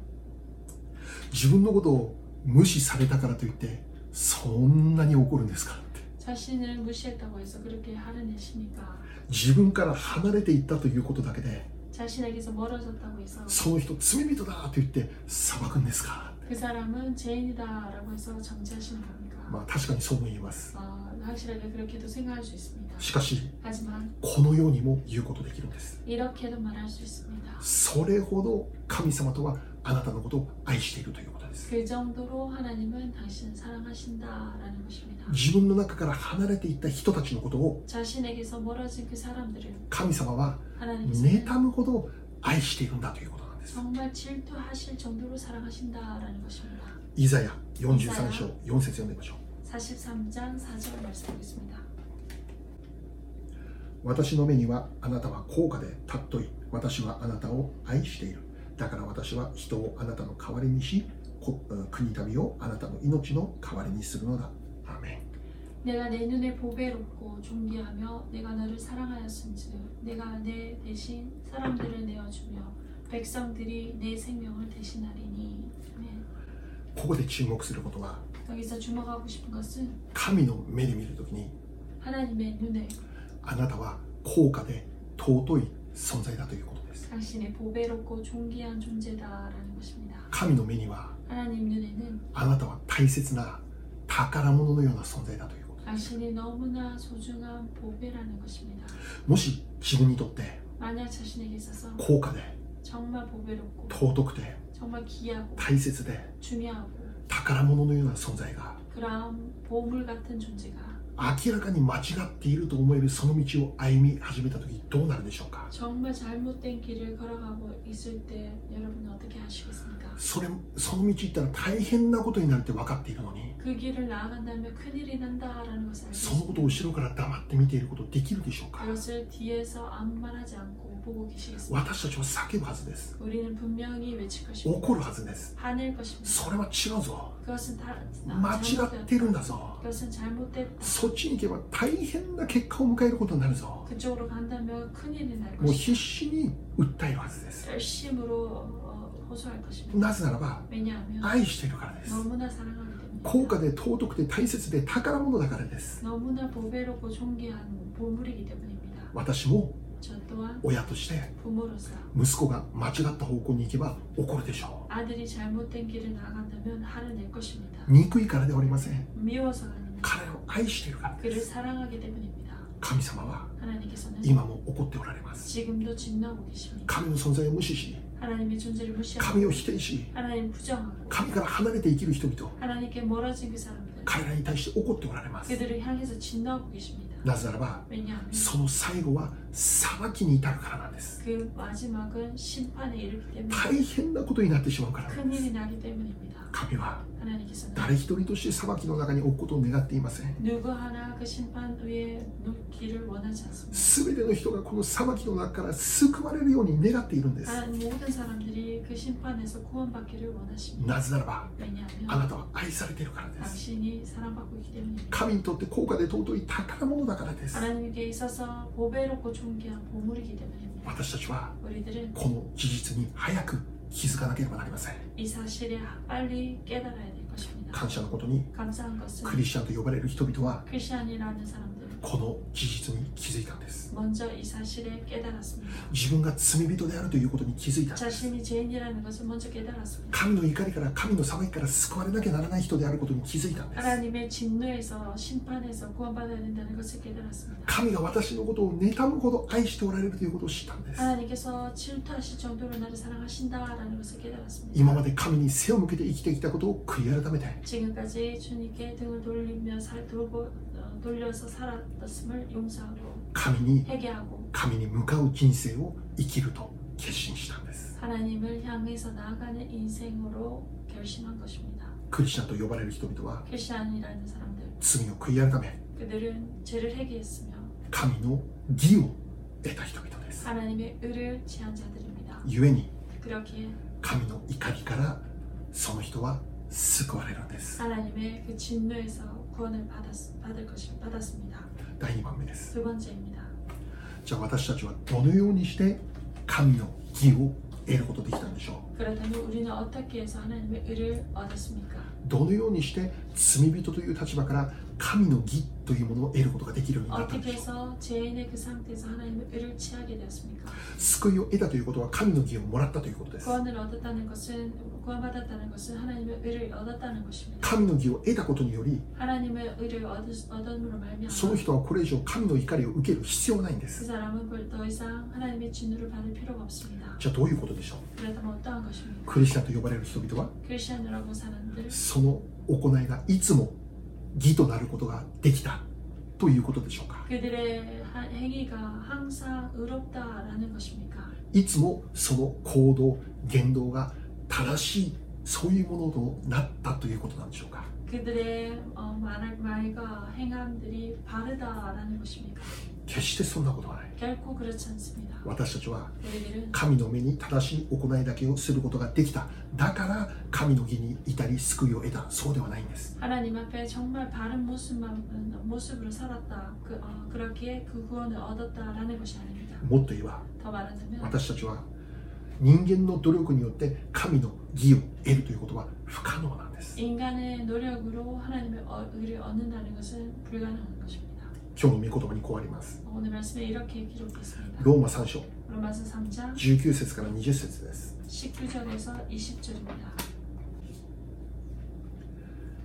[SPEAKER 1] 自分のことを無視されたからといってそんなに怒るんですかって
[SPEAKER 2] 자신을 무시했다고 해서 그렇게 화를 내십니까?
[SPEAKER 1] 自分から離れていったということだけで
[SPEAKER 2] 자신에게서 멀어졌다고 해서
[SPEAKER 1] その人罪人だと言って裁くんですかって
[SPEAKER 2] 그 사람은 죄인이다라고 해서 정죄하시는 겁니까?
[SPEAKER 1] まあ確かにそうも言えます
[SPEAKER 2] 어, 확실하게 그렇게도 생각할 수 있습니다.
[SPEAKER 1] しかし
[SPEAKER 2] 하지만
[SPEAKER 1] このようにも言うことできるんです
[SPEAKER 2] 이렇게도 말할 수 있습니다.
[SPEAKER 1] それほど神様とはあなたのことを愛しているということです
[SPEAKER 2] 그 정도로 하나님은 당신을 사랑하신다라는 것입니다.
[SPEAKER 1] 自分の中から離れていった人たちのことを
[SPEAKER 2] 자신에게서 멀어진 그 사람들을
[SPEAKER 1] 神様は
[SPEAKER 2] 하나님께서
[SPEAKER 1] 妬むほど愛しているんだということなんです
[SPEAKER 2] 정말 질투하실 정도로 사랑하신다라는 것입니다.
[SPEAKER 1] イザヤ43章4節読んでみましょう
[SPEAKER 2] 43장 4절 말씀하겠습니다.
[SPEAKER 1] 私の目にはあなたは高価で尊い私はあなたを愛しているだから私は人をあなたの代わりにしこ国民をあなたの命の代わりにするのだアーメン
[SPEAKER 2] 내가 내 눈에 보배롭고 존귀하며 내가 너를 사랑하였은즉 내가 내 대신 사람들을 내어주며 백성들이 내 생명을 대신하리니 아멘.
[SPEAKER 1] ここで注目することは
[SPEAKER 2] 여기서 주목하고 싶은 것은
[SPEAKER 1] 神の目で見るときに
[SPEAKER 2] 하나님의 눈에
[SPEAKER 1] あなたは高価で尊い存在だということです
[SPEAKER 2] 당신의 보배롭고 존귀한 존재다라는 것입니다.
[SPEAKER 1] 神の目には
[SPEAKER 2] 하나님 눈에는
[SPEAKER 1] あなたは大切な宝物のような存在だということ
[SPEAKER 2] 당신이 너무나 소중한 보배라는 것입니다.
[SPEAKER 1] もし自分にとって
[SPEAKER 2] 만약 자신에게 있어서
[SPEAKER 1] 高価で
[SPEAKER 2] 정말 보배롭고
[SPEAKER 1] 尊くて
[SPEAKER 2] 정말 귀하고
[SPEAKER 1] 大切で
[SPEAKER 2] 중요하고
[SPEAKER 1] 宝物のような存在が
[SPEAKER 2] 그러한 보물 같은 존재가
[SPEAKER 1] 明らかに間違っていると思えるその道を歩み始めた時どうなるでしょうか
[SPEAKER 2] 정말 잘못된 길을 걸어가고 있을 때 여러분은 어떻게 하시겠습니까?
[SPEAKER 1] それその道行ったら大変なことになるって分かっているのに
[SPEAKER 2] 그 길을 나아간다면 큰일이 난다라는 것을
[SPEAKER 1] その
[SPEAKER 2] 알겠습니다.
[SPEAKER 1] ことを後ろから黙って見ていることできるでしょうか
[SPEAKER 2] 그것을 뒤에서 아무 말 하지 않고 보고 계시겠습니다.
[SPEAKER 1] 私たちは叫ぶはずです
[SPEAKER 2] 우리는 분명히 외칠 것입니다.
[SPEAKER 1] 怒るはずです
[SPEAKER 2] 화낼 것입니다.
[SPEAKER 1] それは違うぞ
[SPEAKER 2] 그것은 다 아,
[SPEAKER 1] 間違って
[SPEAKER 2] 잘못되었다.
[SPEAKER 1] るんだぞ
[SPEAKER 2] 그것은 잘못됐다.
[SPEAKER 1] そっちに行けば大変な結果を迎えることになるぞ
[SPEAKER 2] 그쪽으로 간다면 큰일이 날
[SPEAKER 1] もう
[SPEAKER 2] 것이다.
[SPEAKER 1] 必死に訴えるはずです
[SPEAKER 2] 열심으로 어, 호소할 것입니다.
[SPEAKER 1] なぜならば
[SPEAKER 2] 왜냐하면
[SPEAKER 1] 愛しているからです
[SPEAKER 2] 너무나 사랑하기 때문에
[SPEAKER 1] 高価で尊くて大切で宝物だからです
[SPEAKER 2] 너무나 보배롭고 존귀한 보물이기 때문입니다.
[SPEAKER 1] 私も
[SPEAKER 2] 저 또한
[SPEAKER 1] 親として
[SPEAKER 2] 부모로서
[SPEAKER 1] 息子が間違った方向に行けば怒るでしょ
[SPEAKER 2] 아들이 잘못된 길을 나간다면 화를 낼 것입니다.
[SPEAKER 1] う憎いからではありません
[SPEAKER 2] 미워서가 아닙니다.
[SPEAKER 1] 彼を愛しているからで
[SPEAKER 2] 그를
[SPEAKER 1] す
[SPEAKER 2] 사랑하기 때문입니다.
[SPEAKER 1] 神様は
[SPEAKER 2] 하나님께서는
[SPEAKER 1] 今も怒っておられます
[SPEAKER 2] 지금도 진노하고 계십니다.
[SPEAKER 1] 神の存在を無視し
[SPEAKER 2] 하나님의 존재를
[SPEAKER 1] 神を
[SPEAKER 2] 무시하고
[SPEAKER 1] 否定し
[SPEAKER 2] 하나님 부정하고
[SPEAKER 1] 神から離れて生きる人々
[SPEAKER 2] 하나님께 멀어진 그 사람들
[SPEAKER 1] 彼らに対して怒っておられます
[SPEAKER 2] 그들을 향해서 진노하고 계십니다.
[SPEAKER 1] なぜならば
[SPEAKER 2] 왜냐하면
[SPEAKER 1] その最後は裁きに至るからなんです
[SPEAKER 2] 그 마지막은 심판에 이르기 때문에
[SPEAKER 1] 大変なことになってしまうからなんです
[SPEAKER 2] 큰일이 나기 때문입니다.
[SPEAKER 1] 神は
[SPEAKER 2] 하나님께서는
[SPEAKER 1] 誰一人として裁きの中に置くことを願っていません
[SPEAKER 2] 누구 하나 그 심판 위에 놓기를 원하지 않습니다.
[SPEAKER 1] 全ての人がこの裁きの中から救われるように願っているんです
[SPEAKER 2] 하나님 모든 사람들이 그 심판에서 구원받기를 원하십니다.
[SPEAKER 1] なぜならばあな
[SPEAKER 2] 왜냐하면
[SPEAKER 1] たは愛されているからです
[SPEAKER 2] 당신이 사랑받고 있기 때문입니다.
[SPEAKER 1] 神にとって高価で尊い宝物だからです
[SPEAKER 2] 하나님께 있어서 보배롭고 존귀한 보물이기 때문입니다.
[SPEAKER 1] 私たちは
[SPEAKER 2] 우리들은
[SPEAKER 1] この事実に早く気づかなければなりません
[SPEAKER 2] 이 사실에 빨리 깨달아야 될 것입니다.
[SPEAKER 1] 感謝のことに
[SPEAKER 2] 감사한 것은
[SPEAKER 1] クリスチャンと呼ばれる人々は
[SPEAKER 2] 크리스천이라는 사람들
[SPEAKER 1] この事実に気づいたんです
[SPEAKER 2] 먼저 이 사실에 깨달았습니다.
[SPEAKER 1] 自分が罪人であるということに気づいたんです
[SPEAKER 2] 자신이 죄인이라는 것을 먼저 깨달았습니다.
[SPEAKER 1] 神の怒りから神の裁きから救われなきゃならない人であることに気づいたんです
[SPEAKER 2] 하나님의 진노에서 심판에서 구원받아야 된다는 것을 깨달았습니다.
[SPEAKER 1] 神が私のことを妬むほど愛しておられるということを知ったんです
[SPEAKER 2] 아, 하나님께서 질투하실 정도로 나를 사랑하신다라는 것을 깨달았습니다.
[SPEAKER 1] 今まで神に背を向けて生きてきたことを悔い改めて
[SPEAKER 2] 지금까지 주님께 등을 돌리며 살 돌고 어, 돌려서 살았음을 용서하고
[SPEAKER 1] 神に
[SPEAKER 2] 회개하고
[SPEAKER 1] 神に向かう人生を生きると決心したんです
[SPEAKER 2] 하나님을 향해서 나아가는 인생으로 결심한 것입니다.
[SPEAKER 1] クリスチャンと呼ばれる人々は
[SPEAKER 2] 크리스천이라는 사람들
[SPEAKER 1] 罪を悔い改め
[SPEAKER 2] 그들은 죄를 회개했으며
[SPEAKER 1] 神の義を得た人々です
[SPEAKER 2] 하나님의 의를 지한 자들입니다.
[SPEAKER 1] 故に
[SPEAKER 2] 그렇기에
[SPEAKER 1] 神の怒りからその人は救われるんです
[SPEAKER 2] 하나님의 그 진노에서 구원을 받았, 받을 것이 받았습니다.
[SPEAKER 1] 第2番目です
[SPEAKER 2] 두 번째입니다.
[SPEAKER 1] じゃあ私たちはどのようにして神の義を得ることできたんでしょう
[SPEAKER 2] 그렇다면 우리는 어떻게 해서 하나님의 의를 얻었습니까?
[SPEAKER 1] どのようにして罪人という立場から神の義というものを得ることができるようになったん
[SPEAKER 2] 어떻게
[SPEAKER 1] でしょう
[SPEAKER 2] 해서 죄인의 그 상태에서 하나님의 의를 취하게 되었습니까?
[SPEAKER 1] 救いを得たということは神の義をもらったということです
[SPEAKER 2] 구원을 얻었다는 것은 구원받았다는 것은 하나님의 의를 얻었다는 것입니다.
[SPEAKER 1] 神の義を得たことにより
[SPEAKER 2] 하나님의 의를 얻, 얻음으로
[SPEAKER 1] その
[SPEAKER 2] 말미암아
[SPEAKER 1] 人はこれ以上神の怒りを受ける必要はないんで
[SPEAKER 2] 그
[SPEAKER 1] す
[SPEAKER 2] 사람은 그더 이상 하나님의 진노를 받을 필요가 없습니다.
[SPEAKER 1] じゃあどういうことでしょう
[SPEAKER 2] 그렇다면 어떠한 것입니까?
[SPEAKER 1] クリスチャンと呼ばれる人々は
[SPEAKER 2] 크리스천이라고 사람들
[SPEAKER 1] その行いがいつも義となることができたということでしょうか
[SPEAKER 2] 그들의 하- 행위가 항상 의롭다라는 것입니까?
[SPEAKER 1] いつもその行動言動が正しいそういうものとなったということなんでしょうか
[SPEAKER 2] 그들의 어, 말, 말과 행함들이 바르다라는 것입니까?
[SPEAKER 1] 決してそんなことはない
[SPEAKER 2] 결코 그렇지 않습니다.
[SPEAKER 1] 私たちは
[SPEAKER 2] 우리들은
[SPEAKER 1] 神の目に正しい行いだけをすることができただから神の義に至り救いを得たそうではないんです
[SPEAKER 2] 하나님 앞에 정말 바른 모습만 모습으로 살았다. 그, 어, 그렇게 그 구원을 얻었다라는 것이 아닙니다.
[SPEAKER 1] もっと言えば
[SPEAKER 2] 더 말하자면
[SPEAKER 1] 私たちは人間の努力によって神の義を得るということは不可能なんです
[SPEAKER 2] 인간의 노력으로 하나님의 어- 의를 얻는다는 것은 불가능한 것입니다.
[SPEAKER 1] 今日の御言葉にこうあります
[SPEAKER 2] 오늘 말씀에 이렇게 기록했습니다.
[SPEAKER 1] ローマ3章
[SPEAKER 2] 로마서 3장
[SPEAKER 1] 19節から20節です
[SPEAKER 2] 19절에서 20절입니다.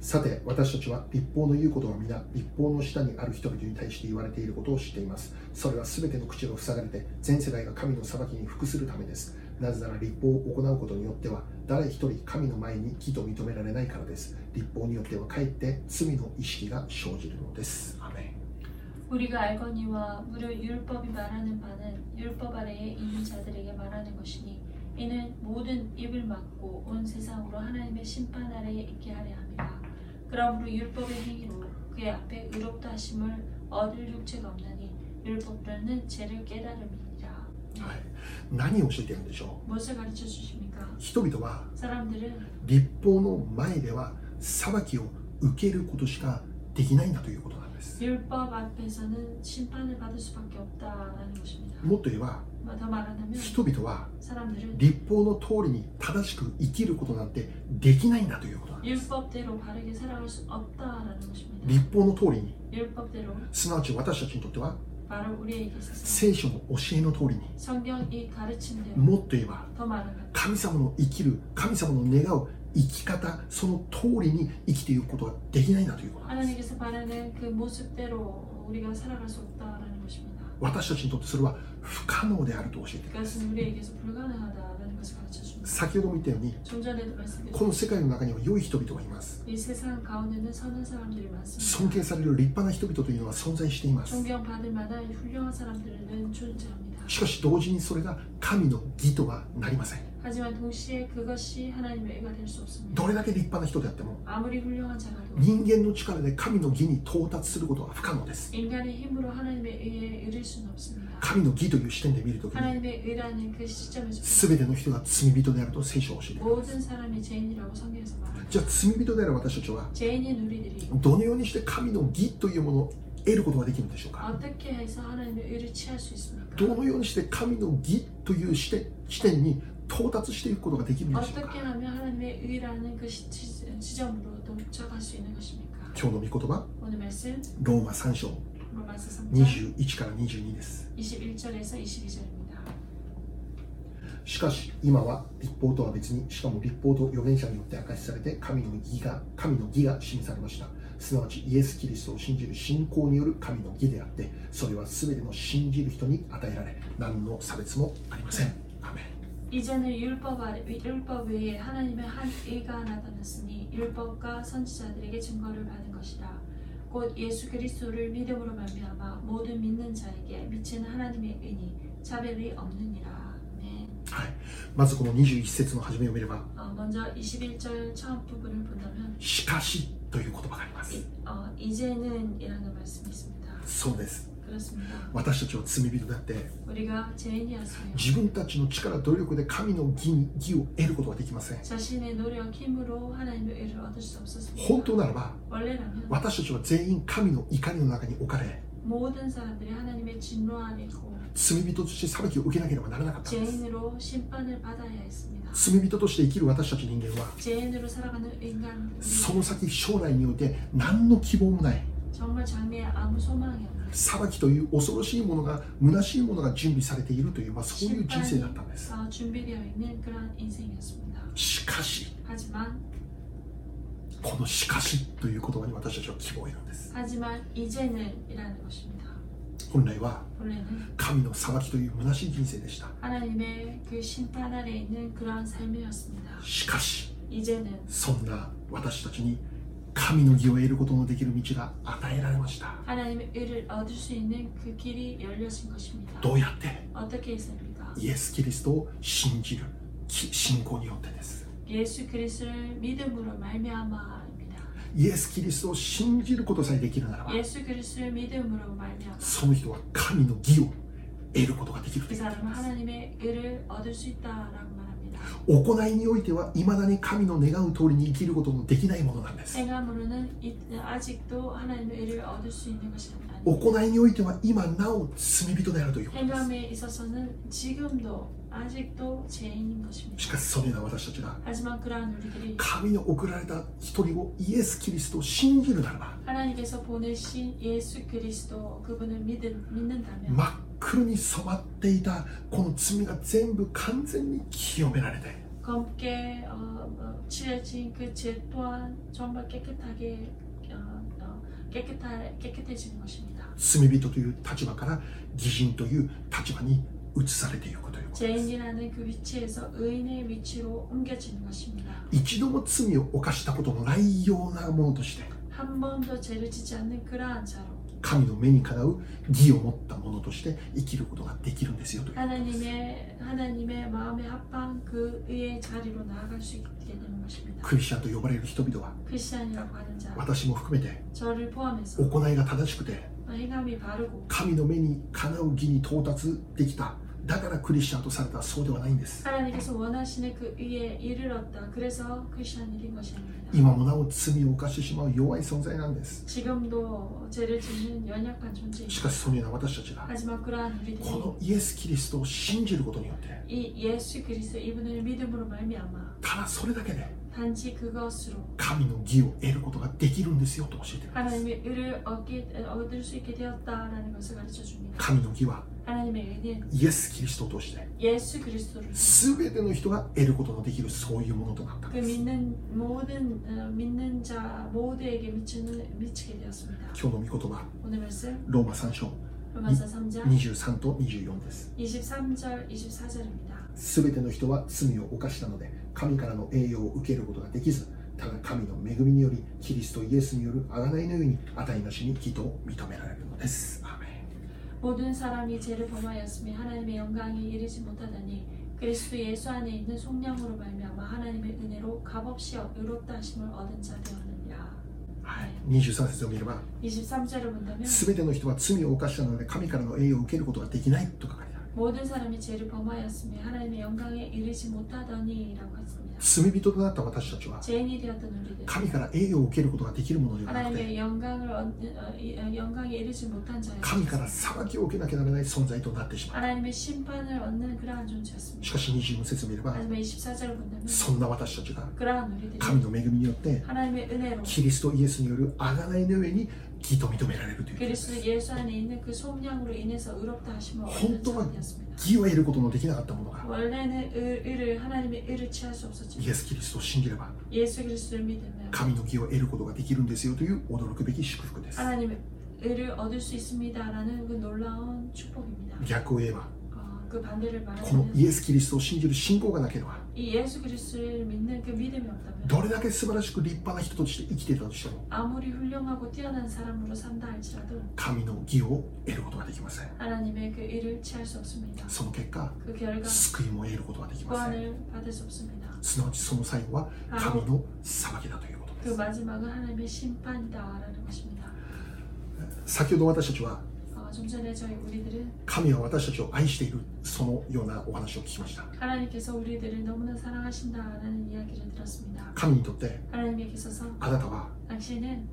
[SPEAKER 1] さて私たちは立法の言うことは皆立法の下にある人々に対して言われていることを知っていますそれは全ての口を塞がれて全世代が神の裁きに服するためですなぜなら立法を行うことによっては誰一人神の前に義と認められないからです立法によってはかえって罪の意識が生じるのですアメン
[SPEAKER 2] 우리가 알거니와 무려 율법이 말하는 바는 율법 아래에 있는 자들에게 말하는 것이니 이는 모든 입을 막고 온 세상으로 하나님의 심판 아래에 있게 하려 합니다. 그러므로 율법의 행위로 그의 앞에 의롭다 하심을 얻을 육체가 없나니 율법으로는 죄를 깨달음이니라.
[SPEAKER 1] はい、何を教えてるんでしょ
[SPEAKER 2] 무엇을 가르쳐 주십니까?
[SPEAKER 1] う人々は
[SPEAKER 2] 사람들은
[SPEAKER 1] 立法の前では裁きを受けることしかできないんだということなんです
[SPEAKER 2] 율법 앞에서는 심판을 받을 수밖에 없다라는 것입니다.
[SPEAKER 1] もっと言えば
[SPEAKER 2] 더 말하자면
[SPEAKER 1] 人々は
[SPEAKER 2] 사람들은
[SPEAKER 1] 立法の通りに正しく生きることなんてできないんだということなんです
[SPEAKER 2] 율법대로 바르게 살아갈 수 없다라는 것입니다.
[SPEAKER 1] 立法の通りに
[SPEAKER 2] 율법대로
[SPEAKER 1] すなわち私たちにとっては
[SPEAKER 2] 바로 우리에게 있어서
[SPEAKER 1] 聖書の教えの通りに
[SPEAKER 2] 성경이 가르친 대로
[SPEAKER 1] もっと言えば
[SPEAKER 2] 더 말하면
[SPEAKER 1] 神様の生きる神様の願う生き方その通りに生きていくことはできないんだということなんです
[SPEAKER 2] 하나님께서 바라는 그 모습대로 우리가 살아갈 수 없다라는 것입니다.
[SPEAKER 1] 私たちにとってそれは不可能であると教えてくれます
[SPEAKER 2] 그것은 우리에게서 불가능하다라는 것을 가르쳐 줍니다.
[SPEAKER 1] 先ほども言ったように
[SPEAKER 2] 좀 전에도 말씀드렸습니다.
[SPEAKER 1] この世界の中には良い人々がいます
[SPEAKER 2] 이 세상 가운데는 선한 사람들이
[SPEAKER 1] 尊
[SPEAKER 2] 많습니다.
[SPEAKER 1] 敬される立派な人々というのは存在しています
[SPEAKER 2] 존경받을 만한 훌륭한 사람들은 존재합니다.
[SPEAKER 1] しかし同時にそれが神の義とはなりません
[SPEAKER 2] 하지만 동시에 그것이 하나님의 의가 될 수 없습니다.
[SPEAKER 1] どれだけ立派な人であっても
[SPEAKER 2] 아무리 훌륭한 자라도
[SPEAKER 1] 人間の力で神の義に到達することは不可能です
[SPEAKER 2] 인간의 힘으로 하나님의 의에 이를 수는 없습니다.
[SPEAKER 1] 神の義という視点で見るときに
[SPEAKER 2] 하나님의 의라는 그 시점에서
[SPEAKER 1] 全ての人が罪人であると聖書を教えてくれます
[SPEAKER 2] 모든 사람이 죄인이라고 성경에서 말합니다.
[SPEAKER 1] じゃあ罪人である私たちは
[SPEAKER 2] 죄인인 우리들이
[SPEAKER 1] どのようにして神の義というものを得ることができるんでしょうか
[SPEAKER 2] 어떻게 해서 하나님의 의를 취할 수 있습니까?
[SPEAKER 1] どのようにして神の義という視点視点に到達していくことができるんでしょうか
[SPEAKER 2] 어떻게 하면 하나님의 의라는 그 시, 점으로 도착할 수 있는 것입니까?
[SPEAKER 1] 今日の御言葉
[SPEAKER 2] 오늘 말씀
[SPEAKER 1] ローマ3章
[SPEAKER 2] 로마서 3장
[SPEAKER 1] 21から22です
[SPEAKER 2] 21절에서 22절입니다.
[SPEAKER 1] しかし今は立法とは別にしかも立法と預言者によって明かしされて神の義が神の義が示されましたすなわちイエス・キリストを信じる信仰による神の義であってそれは全ての信じる人に与えられ何の差別もありませんアメン
[SPEAKER 2] 이제는 율법 아래 율법 외에 하나님의 한 의가 나타났으니 율법과 선지자들에게 증거를 받은 것이라 곧 예수 그리스도를 믿음으로 말미암아 모든 믿는 자에게 미치는 하나님의 의니 차별이 없느니라. 아멘.
[SPEAKER 1] はい、まずこの21節の初めを見れば
[SPEAKER 2] 어, 먼저 21절 처음 부분을 본다면
[SPEAKER 1] 「しかし」という言葉があります
[SPEAKER 2] 이, 어, 이제는 이라는 말씀이 있습니다.
[SPEAKER 1] そうです
[SPEAKER 2] 그렇습니다.
[SPEAKER 1] 私たちは罪人であって
[SPEAKER 2] 우리가 죄인이었어요.
[SPEAKER 1] 自分たちの力努力で神の義に義を得ることはできません
[SPEAKER 2] 자신의 노력 힘으로 하나님의 의를 얻을 수
[SPEAKER 1] 本当
[SPEAKER 2] 없었습니다.
[SPEAKER 1] ならば
[SPEAKER 2] 원래라면
[SPEAKER 1] 私たちは全員神の怒りの中に置かれ
[SPEAKER 2] 모든 사람들이 하나님의 진노 아래 있고
[SPEAKER 1] 罪人として裁きを受けなければならなかったんです
[SPEAKER 2] 죄인으로 심판을 받아야 했습니다.
[SPEAKER 1] 罪人として生きる私たち人間は
[SPEAKER 2] 죄인으로 살아가는 인간들은
[SPEAKER 1] その先将来において何の希望もない
[SPEAKER 2] 정말 장래에 아무 소망이 없는
[SPEAKER 1] 裁きという恐ろしいものが虚しいものが準備されているという、まあ、そういう人生だったんです
[SPEAKER 2] 어, 준비되어 있는 그런 인생이었습니다.
[SPEAKER 1] しかし
[SPEAKER 2] 하지만
[SPEAKER 1] この「しかし」という言葉に私たちは希望を得るんです
[SPEAKER 2] 하지만 이제는이라는 것입니다.
[SPEAKER 1] 本来は
[SPEAKER 2] 원래는
[SPEAKER 1] 神の裁きという虚しい人生でした
[SPEAKER 2] 하나님의 그 심판 아래 있는 그런 삶이었습니다.
[SPEAKER 1] しかし
[SPEAKER 2] 이제는
[SPEAKER 1] そんな私たちに神の義を得ることのできる道が与えられました
[SPEAKER 2] 하나님의 의를 얻을 수 있는 그 길이 열려진 것입니다.
[SPEAKER 1] どうやって
[SPEAKER 2] 어떻게 했습니까?
[SPEAKER 1] イエス・キリストを信じるき信仰によってです
[SPEAKER 2] 예수 그리스도를 믿음으로 말미암아입니다.
[SPEAKER 1] イエス・キリストを信じることさえできるならば
[SPEAKER 2] 예수 그리스도를 믿음으로 말미암아
[SPEAKER 1] その人は神の義を得ることができると
[SPEAKER 2] 그
[SPEAKER 1] いうこと
[SPEAKER 2] 사람은
[SPEAKER 1] です
[SPEAKER 2] 하나님의 의를 얻을 수 있다라고 말합니다.
[SPEAKER 1] 行いにおいてはいまだに神の願う通りに生きることのできないものなんです
[SPEAKER 2] 행함으로는 이- 아직도 하나님의 의를 얻을 수 있는 것이 아니다.
[SPEAKER 1] 行いにおいては今なお罪人であるということです
[SPEAKER 2] 행함에 있어서는 지금도 아직도 죄인인
[SPEAKER 1] し
[SPEAKER 2] 것입니다.
[SPEAKER 1] かしそのような私たちが
[SPEAKER 2] 하지만 그러한 우리들이
[SPEAKER 1] 神の送られた一人をイエス・キリストを信じるならば
[SPEAKER 2] 하나님께서 보내신 예수 그리스도 그분을 믿은, 믿는다면
[SPEAKER 1] 真っ黒に染まっていたこの罪が全部完全に清められて
[SPEAKER 2] 검게 어, 어, 칠해진 그 죄 또한 정말 깨끗하게 어, 어, 깨끗하, 깨끗해지는 것입니다.
[SPEAKER 1] 罪人という立場から義人という立場に移移されていくということです
[SPEAKER 2] 죄인이라는 그 위치에서 의인의 위치로 옮겨지는 것입니다.
[SPEAKER 1] 一度も罪を犯したことのないようなものとして
[SPEAKER 2] 한 번도 죄를 지지 않는 그러한 자로
[SPEAKER 1] 神の目にかなう義を持ったものとして生きることができるんですよという
[SPEAKER 2] 하나님의 하나님의 마음에 합한 그 의의 자리로 나아갈 수 있게 되는 것입니다.
[SPEAKER 1] クリスチャンと呼ばれる人々は
[SPEAKER 2] 크리스천이라고 하는 자,
[SPEAKER 1] 私も含めて
[SPEAKER 2] 저를 포함해서
[SPEAKER 1] 行いが正しくて
[SPEAKER 2] 행함이 바르고
[SPEAKER 1] 神の目にかなう義に到達できただからクリスチャンとされたそうではないんです
[SPEAKER 2] 하나님께서 원하시는 그 의에 이르렀다. 그래서 크리스천인 것입니다.
[SPEAKER 1] 今もなお罪を犯してしまう弱い存在なんです
[SPEAKER 2] 지금도 죄를 짓는 연약한
[SPEAKER 1] し
[SPEAKER 2] 존재입니다.
[SPEAKER 1] かしそのような私たちが
[SPEAKER 2] 하지만 그러한
[SPEAKER 1] こ
[SPEAKER 2] 우리들이
[SPEAKER 1] のイエス・キリストを信じることによって
[SPEAKER 2] 이 예수 그리스도 이분을 믿음으로 말미암아
[SPEAKER 1] ただそれだけで
[SPEAKER 2] 단지 그것으로
[SPEAKER 1] 神の義を得ることができるんですよと教えてくれます
[SPEAKER 2] 하나님의 의를 얻게, 얻을 수 있게 되었다라는 것을 가르쳐 줍니다.
[SPEAKER 1] 神の義は
[SPEAKER 2] 하나님의 의는
[SPEAKER 1] イエス・キリストを通して
[SPEAKER 2] 예수 그리스도를
[SPEAKER 1] 全ての人が得ることのできるそういうものとなったん
[SPEAKER 2] 그
[SPEAKER 1] です
[SPEAKER 2] 믿는 모든 어, 믿는 자 모두에게 미치는 미치게 되었습니다.
[SPEAKER 1] 今日の御言葉
[SPEAKER 2] 오늘 말씀
[SPEAKER 1] ローマ3章
[SPEAKER 2] 로마서 3장
[SPEAKER 1] 23と24です
[SPEAKER 2] 23절 24절입니다.
[SPEAKER 1] 全ての人は罪を犯したので神からの栄養を受けることができずただ神の恵みによりキリストイエスによる贖いのように値なしに義と認められるのですアーメン
[SPEAKER 2] 모든 사람이 죄를 범하였으며 하나님의 영광에 이르지 못하다니 그리스도 예수 안에 있는 속량으로 말미암아 하나님의 은혜로 값없이 의롭다 하심을 얻은 자 되었느니라.
[SPEAKER 1] はい、23節を見れば
[SPEAKER 2] 23절을 본다면
[SPEAKER 1] 全ての人は罪を犯したので神からの栄養を受けることができないと書かれてある
[SPEAKER 2] 모든 사람이 죄를 범하였으며 하나님의 영광에 이르지 못하더니라고 했습니다.
[SPEAKER 1] 罪人となった私たちは
[SPEAKER 2] 죄인이 되었던 우리들
[SPEAKER 1] 神から栄養を受けることができるものではなくて
[SPEAKER 2] 하나님의 영광을 얻- 어, 이- 어, 영광에 이르지 못한
[SPEAKER 1] 神か
[SPEAKER 2] 자였습니다.
[SPEAKER 1] ら裁きを受けなきゃならない存在となってしまう
[SPEAKER 2] 하나님의 심판을 얻는 그러한
[SPEAKER 1] し
[SPEAKER 2] 존재였습니다.
[SPEAKER 1] かし24節を見れば
[SPEAKER 2] 하지만 24절을 본다면
[SPEAKER 1] そんな私たちが
[SPEAKER 2] 그러한 우리들이
[SPEAKER 1] 神の恵みによって
[SPEAKER 2] 하나님의 은혜로
[SPEAKER 1] キリストイエスによる贖いの上に義と認められるということです
[SPEAKER 2] 그리스도 예수 안에 있는 그 속량으로 인해서 의롭다 하심을 얻는
[SPEAKER 1] 혼돈한-
[SPEAKER 2] 자였습니다.
[SPEAKER 1] 義を得ることのできなかったものが
[SPEAKER 2] 원래는 의, 의를 하나님의 의를 취할 수
[SPEAKER 1] イエ
[SPEAKER 2] 없었지만
[SPEAKER 1] ス・キリストを信じれば
[SPEAKER 2] 예수 그리스도를 믿으면
[SPEAKER 1] 神の義を得ることができるんですよという驚くべき祝福です
[SPEAKER 2] 하나님의 의를 얻을 수 있습니다라는 그 놀라운 축복입니다.
[SPEAKER 1] 逆を言えば
[SPEAKER 2] 어, 그 반대를
[SPEAKER 1] このイ
[SPEAKER 2] 말하면
[SPEAKER 1] エス・キリストを信じる信仰がなければ
[SPEAKER 2] 이 예수 그리스도를 믿는 그 믿음이 없다면
[SPEAKER 1] どれだけ素晴らしく立派な人として生きていたとしても
[SPEAKER 2] 아무리 훌륭하고 뛰어난 사람으로 산다 할지라도
[SPEAKER 1] 神の義を得ることができません
[SPEAKER 2] 하나님의 그 일을 취할 수 없습니다.
[SPEAKER 1] その結果
[SPEAKER 2] 그 결과
[SPEAKER 1] 救いも得ることができません
[SPEAKER 2] 구원을 받을 수 없습니다.
[SPEAKER 1] すなわちその最後は神
[SPEAKER 2] 바로
[SPEAKER 1] の裁きだということで
[SPEAKER 2] 그
[SPEAKER 1] す
[SPEAKER 2] 마지막은 하나님의 심판이다라는 것입니다.
[SPEAKER 1] 先ほど私たちは
[SPEAKER 2] 어, 좀 전에 저희 우리들은
[SPEAKER 1] 神は私たちを愛しているそのようなお話を聞きました
[SPEAKER 2] 하나님께서 우리들을 너무나 사랑하신다라는 이야기를 들었습니다.
[SPEAKER 1] 神にとって
[SPEAKER 2] 하나님께서
[SPEAKER 1] あなたは
[SPEAKER 2] 당신은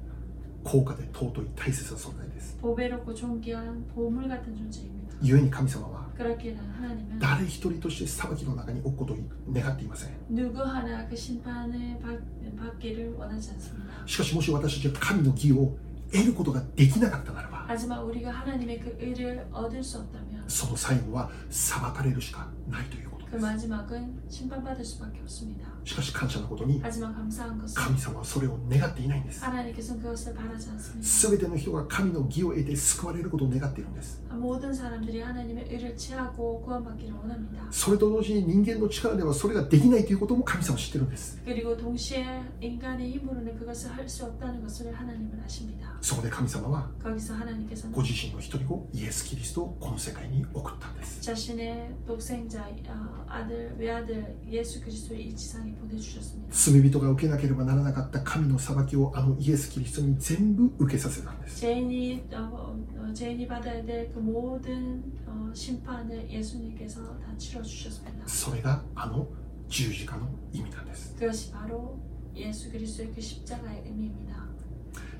[SPEAKER 1] 高価で尊い大切な存在です
[SPEAKER 2] 보배롭고 존귀한 보물 같은 존재입니다.
[SPEAKER 1] 故に神様は
[SPEAKER 2] 그렇기에 하나님은
[SPEAKER 1] 誰一人として裁きの中に置くことを願っていません
[SPEAKER 2] 누구 하나 그 심판을 받- 받기를 원하지 않습니다.
[SPEAKER 1] しかしもし私たちが神の義を得ることができなかったならば
[SPEAKER 2] 하지만 우리가 하나님의 그 의를 얻을 수 없다면
[SPEAKER 1] その最後は裁かれるしかないということ
[SPEAKER 2] 그
[SPEAKER 1] で
[SPEAKER 2] 마지막은 심판받을 수밖에 없습니다.
[SPEAKER 1] すしかし感謝のことに
[SPEAKER 2] 하지만 감사한 것은
[SPEAKER 1] 神様はそれを願っていないんです
[SPEAKER 2] 하나님께서는 그것을 바라지 않습니다.
[SPEAKER 1] 全ての人が神の義を得て救われることを願っているんです
[SPEAKER 2] 모든 사람들이 하나님의 의를 취하고 구원받기를 원합니다.
[SPEAKER 1] それと同時に人間の力ではそれができないということも神様は知ってるんです
[SPEAKER 2] 그리고 동시에 인간의 힘으로는 그것을 할 수 없다는 것을 하나님은 아십니다.
[SPEAKER 1] そこで神様は
[SPEAKER 2] 거기서 하나님께서는
[SPEAKER 1] ご自身の一人子イエス・キリストをこの世界に送ったんです
[SPEAKER 2] 자신의 독생자 어, 아들 외아들 예수 그리스도를 이 지상에 보내주셨습니다.
[SPEAKER 1] 罪人が受けなければならなかった神の裁きをあのイエス・キリストに全部受けさせたんです
[SPEAKER 2] 죄인이 어, 어, 죄인이 받아야 될 그 모든 어, 심판을 예수님께서 다 치러 주셨습니다.
[SPEAKER 1] それがあの十字架の意味なんです
[SPEAKER 2] 그것이 바로 예수 그리스도의 그 십자가의 의미입니다.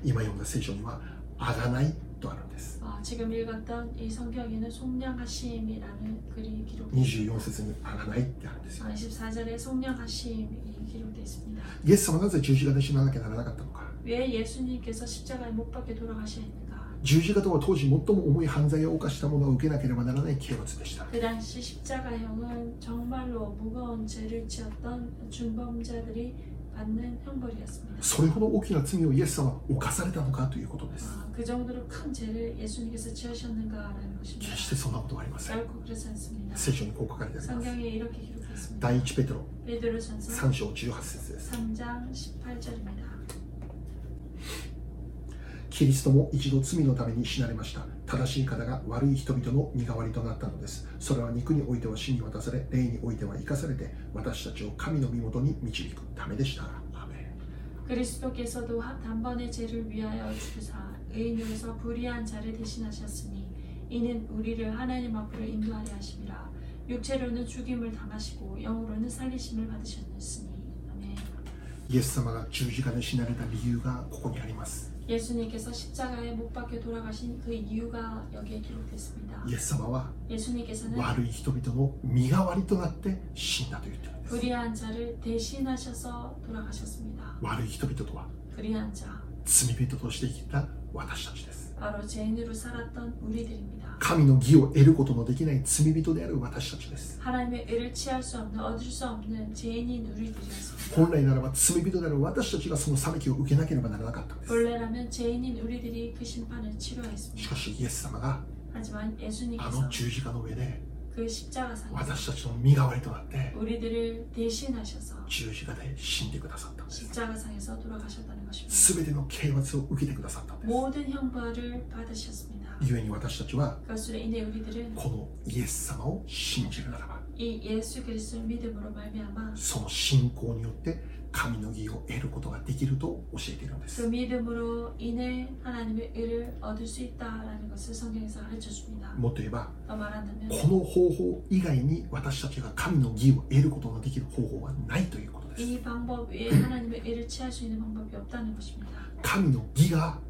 [SPEAKER 1] 今読んだ聖書には「あがない」とあるんです
[SPEAKER 2] 어, 지금 읽었던 이 성경에는 속량하심이라는 글이 기록됩니다. 아,
[SPEAKER 1] 24節に「あがない」ってあるんですよ
[SPEAKER 2] 24절에 속량하심이 기록되어 있습니다.
[SPEAKER 1] イエス様はなぜ十字架で死ななきゃならなかったのか
[SPEAKER 2] 왜 예수님께서 십자가에 못 박혀 돌아가셔야 했는가?
[SPEAKER 1] 十字架とは当時最も重い犯罪を犯した者が受けなければならない刑罰でした
[SPEAKER 2] 그 당시 십자가형은 정말로 무거운 죄를 지었던 준범자들이 않는 형벌이었습니다.
[SPEAKER 1] それほど大きな罪をイエス様は犯されたのかということです
[SPEAKER 2] 아, 그 정도로 큰 죄를 예수님께서 지으셨는가라는
[SPEAKER 1] 決
[SPEAKER 2] 것입니다.
[SPEAKER 1] してそんなことはありません
[SPEAKER 2] 결코 그렇지 않습니다.
[SPEAKER 1] 聖書にこう書かれてあります
[SPEAKER 2] 성경에 이렇게 기록했습니다.
[SPEAKER 1] 第1ペテロ
[SPEAKER 2] 베드로전서
[SPEAKER 1] 3章18節です
[SPEAKER 2] 3장 18절입니다.
[SPEAKER 1] キリストも一度罪のために死なれました。正しい方が悪い人々の身代わりとなったのです。それは肉においては死に渡され、霊においては生かされて、私たちを神の身元に導くためでした。アーメン
[SPEAKER 2] 그리스도께서도 한- 단번에 죄를 위하여 죽으사 의인으로서 불의한 자를 대신하셨으니 이는 우리를 하나님 앞으로 인도하려 하심이라 육체로는 죽임을 당하시고 영으로는 살리심을 받으셨으니 아멘.
[SPEAKER 1] イエス様が十字架で死なれた理由がここにあります。
[SPEAKER 2] 예수님께서 십자가에 못 박혀 돌아가신 그 이유가 여기에 기록됐습니다.
[SPEAKER 1] イエス様は
[SPEAKER 2] 예수님께서는
[SPEAKER 1] 悪い人々の身代わりとなって死んだと言っているんです。
[SPEAKER 2] 불의한 자를 대신하셔서 돌아가셨습니다.
[SPEAKER 1] 悪い人々とは
[SPEAKER 2] 불의한 자,
[SPEAKER 1] 罪人として生きた私たちです。
[SPEAKER 2] 바로 죄인으로 살았던 우리들입니다.
[SPEAKER 1] 神の義を得ることのできない罪人である私たちです。
[SPEAKER 2] 하나님의 의를 취할 수 없는, 얻을 수 없는 죄인인 우리들이었습니다.
[SPEAKER 1] 本来ならば罪人である私たちがその裁きを受けなければならなかったんです。
[SPEAKER 2] 원래라면 죄인인 우리들이 그 심판을
[SPEAKER 1] し
[SPEAKER 2] 치러했습니다.
[SPEAKER 1] かしイエス様が
[SPEAKER 2] 하지만
[SPEAKER 1] あ
[SPEAKER 2] 예수님께서
[SPEAKER 1] の十字架の上で
[SPEAKER 2] 그 십자가상에서
[SPEAKER 1] 私たちの身代わりとなって
[SPEAKER 2] 우리들을 대신하셔서
[SPEAKER 1] 十字架で死んでくださった
[SPEAKER 2] 십자가상에서 돌아가셨다는 것입니다.
[SPEAKER 1] 全ての刑罰を受けてくださったんです
[SPEAKER 2] 모든 형벌을 받으셨습니다.
[SPEAKER 1] 故に私たちは
[SPEAKER 2] 그것으로 인해 우리들은
[SPEAKER 1] このイエス様を信じるならば
[SPEAKER 2] 이 예수 그리스도를 믿음으로 말미암아
[SPEAKER 1] その信仰によって神の義を得ることができると教えているんで
[SPEAKER 2] 그
[SPEAKER 1] す
[SPEAKER 2] 믿음으로 인해 하나님의 의를 얻을 수 있다라는 것을 성경에서 가르쳐 줍니다.
[SPEAKER 1] もっと言えば
[SPEAKER 2] 더 말한다면
[SPEAKER 1] この方法以外に私たちが神の義を得ることのできる方法はないということです
[SPEAKER 2] 이 방법 외에 하나님의 의를 취할 수 있는 방법이 없다는 것입니다.
[SPEAKER 1] 神の義が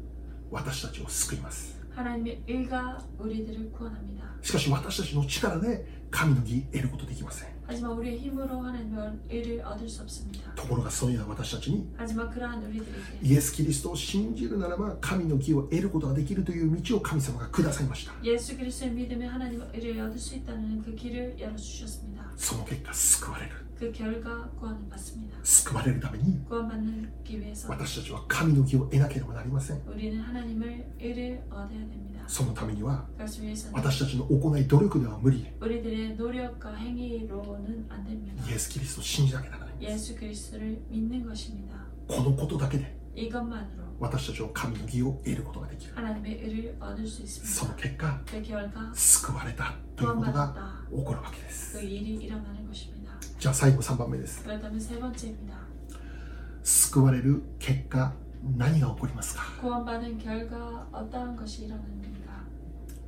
[SPEAKER 1] 私たちを救います
[SPEAKER 2] 하나님의 의가 우리들을 구원합니다.
[SPEAKER 1] しかし私たちの力で神の義を得ることできません
[SPEAKER 2] 하지만 우리의 힘으로 하나님의 의를 얻을 수 없습니다.
[SPEAKER 1] ところがそういうような私たちに
[SPEAKER 2] 하지만 그러한 우리들에게
[SPEAKER 1] イエス・キリストを信じるならば神の義を得ることができるという道を神様がくださいました
[SPEAKER 2] 예수 그리스도를 믿으며 하나님의 의를 얻을 수 있다는 그 길을 열어주셨습니다.
[SPEAKER 1] その結果救われる
[SPEAKER 2] 그 결과 구원을 받습니다.
[SPEAKER 1] 救われるために
[SPEAKER 2] 구원받기 위해서
[SPEAKER 1] 私たちは神の義を得なければなりません
[SPEAKER 2] 우리는 하나님을 의를 얻어야 됩니다.
[SPEAKER 1] そのためには
[SPEAKER 2] 그것을 위해서는
[SPEAKER 1] 私たちの行い努力では無理
[SPEAKER 2] 우리들의 노력과 행위로는 안 됩니다.
[SPEAKER 1] イエス・キリストを信じなきゃならないんです
[SPEAKER 2] 예수 그리스도를 믿는 것입니다.
[SPEAKER 1] このことだけで
[SPEAKER 2] 이것만으로
[SPEAKER 1] 私たちは神の義を得ることができる
[SPEAKER 2] 하나님의 의를 얻을 수
[SPEAKER 1] その
[SPEAKER 2] 있습니다.
[SPEAKER 1] 結果
[SPEAKER 2] 그 결과
[SPEAKER 1] 救われたということが
[SPEAKER 2] 구원받았다.
[SPEAKER 1] 起こるわけで
[SPEAKER 2] 그
[SPEAKER 1] す
[SPEAKER 2] 일이 일어나는 것입니다.
[SPEAKER 1] じゃあ最後3番目です
[SPEAKER 2] 그렇다면 세 번째입니다.
[SPEAKER 1] 救われる結果何が起こりますか
[SPEAKER 2] 구원받은 결과 어떠한 것이 일어납니까?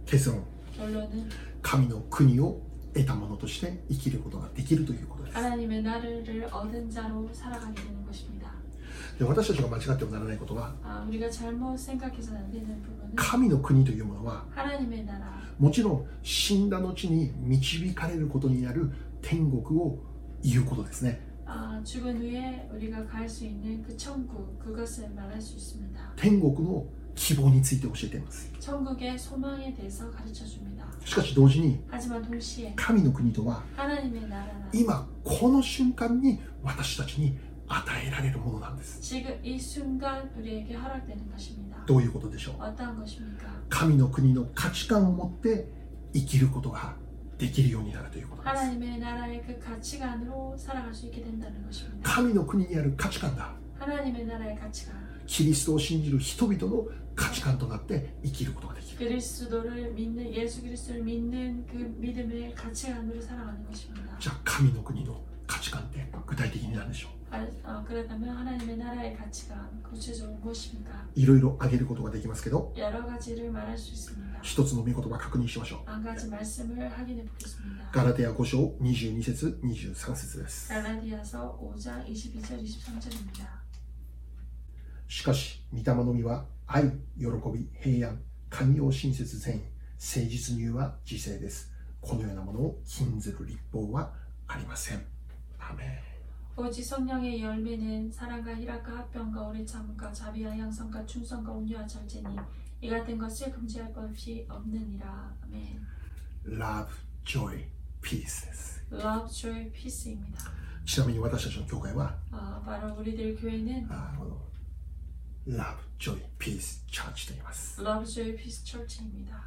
[SPEAKER 1] 結論
[SPEAKER 2] 결론은
[SPEAKER 1] 神の国を得たものとして生きることができるということです
[SPEAKER 2] 하나님의 나라를 얻은 자로 살아가게 되는 것입니다.
[SPEAKER 1] で私たちが間違ってもならないことは
[SPEAKER 2] 아, 우리가 잘못 생각해서는 안 되는 부분은
[SPEAKER 1] 神の国というものは
[SPEAKER 2] 하나님의 나라,
[SPEAKER 1] もちろん死んだ後に導かれることになる天国を言うことですね
[SPEAKER 2] 아, 죽은 후에 우리가 갈 수 있는 그 천국, 그것을 말할 수 있습니다.
[SPEAKER 1] 天国の希望について教えています
[SPEAKER 2] 천국의 소망에 대해서 가르쳐 줍니다.
[SPEAKER 1] しかし同時に
[SPEAKER 2] 하지만 동시에
[SPEAKER 1] 神の国とは
[SPEAKER 2] 하나님의 나라는
[SPEAKER 1] 今この瞬間に私たちに与えられるものなんです
[SPEAKER 2] 지금 이 순간 우리에게 허락되는 것입니다.
[SPEAKER 1] どういうことでしょう
[SPEAKER 2] 어떠한 것입니까?
[SPEAKER 1] 神の国の価値観を持って生きることができるようになるということなんです
[SPEAKER 2] 하나님의 나라의 그 가치관으로 살아갈 수 있게 된다는 것입니다.
[SPEAKER 1] 神の国にある価値観が
[SPEAKER 2] 하나님의 나라의 가치관,
[SPEAKER 1] キリストを信じる人々の価値観となって生きることができる
[SPEAKER 2] 그리스도를 믿는 예수 그리스도를 믿는 그 믿음의 가치관으로 살아가는 것입니다.
[SPEAKER 1] じゃあ神の国の価値観って具体的に何でしょう
[SPEAKER 2] 아, 어, 그렇다면 하나님의 나라의 가치관 구체적으로 무엇입니까?
[SPEAKER 1] いろいろ挙げることができますけど
[SPEAKER 2] 여러 가지를 말할 수 있습니다.
[SPEAKER 1] 一つの見言葉確認しましょう
[SPEAKER 2] 한 가지 말씀을 확인해 보겠습니다.
[SPEAKER 1] ガラテヤ5章22節23節です
[SPEAKER 2] 갈라디아서 5장 22절 23절입니다.
[SPEAKER 1] しかし御霊の実は愛喜び平安寛容親切善意誠実入は自制ですこのようなものを禁ずる立法はありませんアーメン
[SPEAKER 2] 오직 성령의 열매는 사랑과 희락과 합병과 오래 참음과 자비와 양성과 충성과 온유와 절제니 이 같은 것을 금지할 것이 없느니라. 아멘.
[SPEAKER 1] Love, Joy, Peace です
[SPEAKER 2] Love, joy, peace입니다.
[SPEAKER 1] ちなみに私たちの教会は、
[SPEAKER 2] 아, 바로 우리들 교회는
[SPEAKER 1] あこの Love, Joy, Peace Church と言います。
[SPEAKER 2] 러브 조이 피스 철치입니다.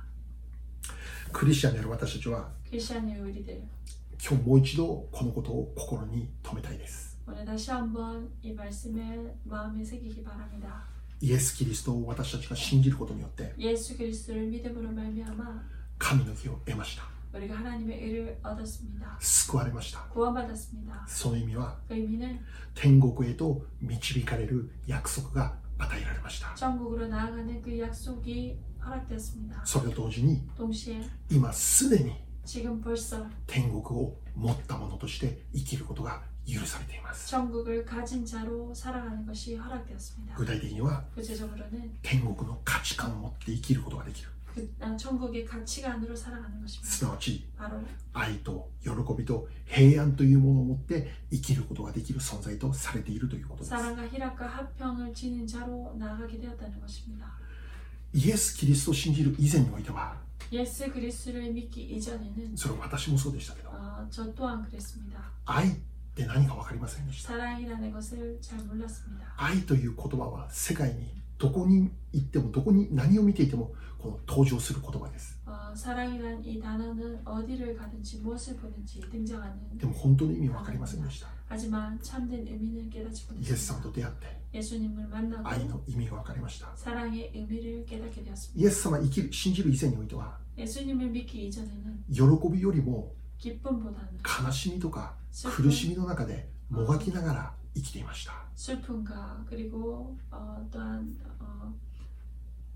[SPEAKER 1] クリスチャンである私たちは、
[SPEAKER 2] 크리스천의 우리들
[SPEAKER 1] 今日もう一度このことを心に留めたいです。
[SPEAKER 2] 오늘 다시 한번 이 말씀을 마음에 새기기 바랍니다.
[SPEAKER 1] イエス・キリストを私たちが信じることによって、
[SPEAKER 2] 예수 그리스도를 믿음으로 말미암아
[SPEAKER 1] 神の義を得ました。
[SPEAKER 2] 우리가 하나님의 의를 얻었습니다.
[SPEAKER 1] 救われました。
[SPEAKER 2] 구원받았습니다.
[SPEAKER 1] その意味は、
[SPEAKER 2] 그 의미는
[SPEAKER 1] 天国へと導かれる約束が与えられました。
[SPEAKER 2] 천국으로 나아가는 그 약속이 허락되었습니다.
[SPEAKER 1] それと同時に、
[SPEAKER 2] 동시에
[SPEAKER 1] 今すでに
[SPEAKER 2] 지금 벌써
[SPEAKER 1] 天国を持った者として生きることが許されています。
[SPEAKER 2] 천국을 가진 자로 살아가는 것이 허락되었습니다. 그
[SPEAKER 1] 具体的には、
[SPEAKER 2] 구체적으로는
[SPEAKER 1] 天国の価値観を持って生きることができる。
[SPEAKER 2] 그, 아, 천국의 가치관으로 살아가는
[SPEAKER 1] す
[SPEAKER 2] 것입니다.
[SPEAKER 1] なわち、
[SPEAKER 2] 바로
[SPEAKER 1] 愛と喜びと平安というものを持って生きることができる存在とされているということです。
[SPEAKER 2] 사랑과 희락과 합평을 지닌 자로 나아가게 되었다는 것입니다.
[SPEAKER 1] イエス・キリストを信じる以前においては、
[SPEAKER 2] 예수 그리스도를 믿기 이전에는
[SPEAKER 1] それは私もそうでしたけど、
[SPEAKER 2] 어, 저 또한 그랬습니다.
[SPEAKER 1] 愛って何か分かりませんでした。
[SPEAKER 2] 사랑이라는 것을 잘 몰랐습니다.
[SPEAKER 1] 愛という言葉は世界にどこに行ってもどこに何を見ていてもこの登場する言葉です
[SPEAKER 2] 어, 사랑이란 이 단어는 어디를 가든지 무엇을 보든지 등장하는
[SPEAKER 1] でも本当の意味分かりませんでした
[SPEAKER 2] 하지만 참된 의미는 깨닫지
[SPEAKER 1] イエス様
[SPEAKER 2] 못했습니다.
[SPEAKER 1] と出会って
[SPEAKER 2] 예수님을
[SPEAKER 1] 愛
[SPEAKER 2] 만나고
[SPEAKER 1] の意味が分かりました
[SPEAKER 2] 사랑의 의미를 깨닫게 되었습니다.
[SPEAKER 1] イエス様生きる信じる以前においては
[SPEAKER 2] 예수님을 믿기 이전에는
[SPEAKER 1] 喜びよりも
[SPEAKER 2] 기쁨보다는
[SPEAKER 1] 悲しみとか苦
[SPEAKER 2] 슬픔,
[SPEAKER 1] しみの中でもがきながら生きていました
[SPEAKER 2] 슬픔과 그리고 어, 또한 어,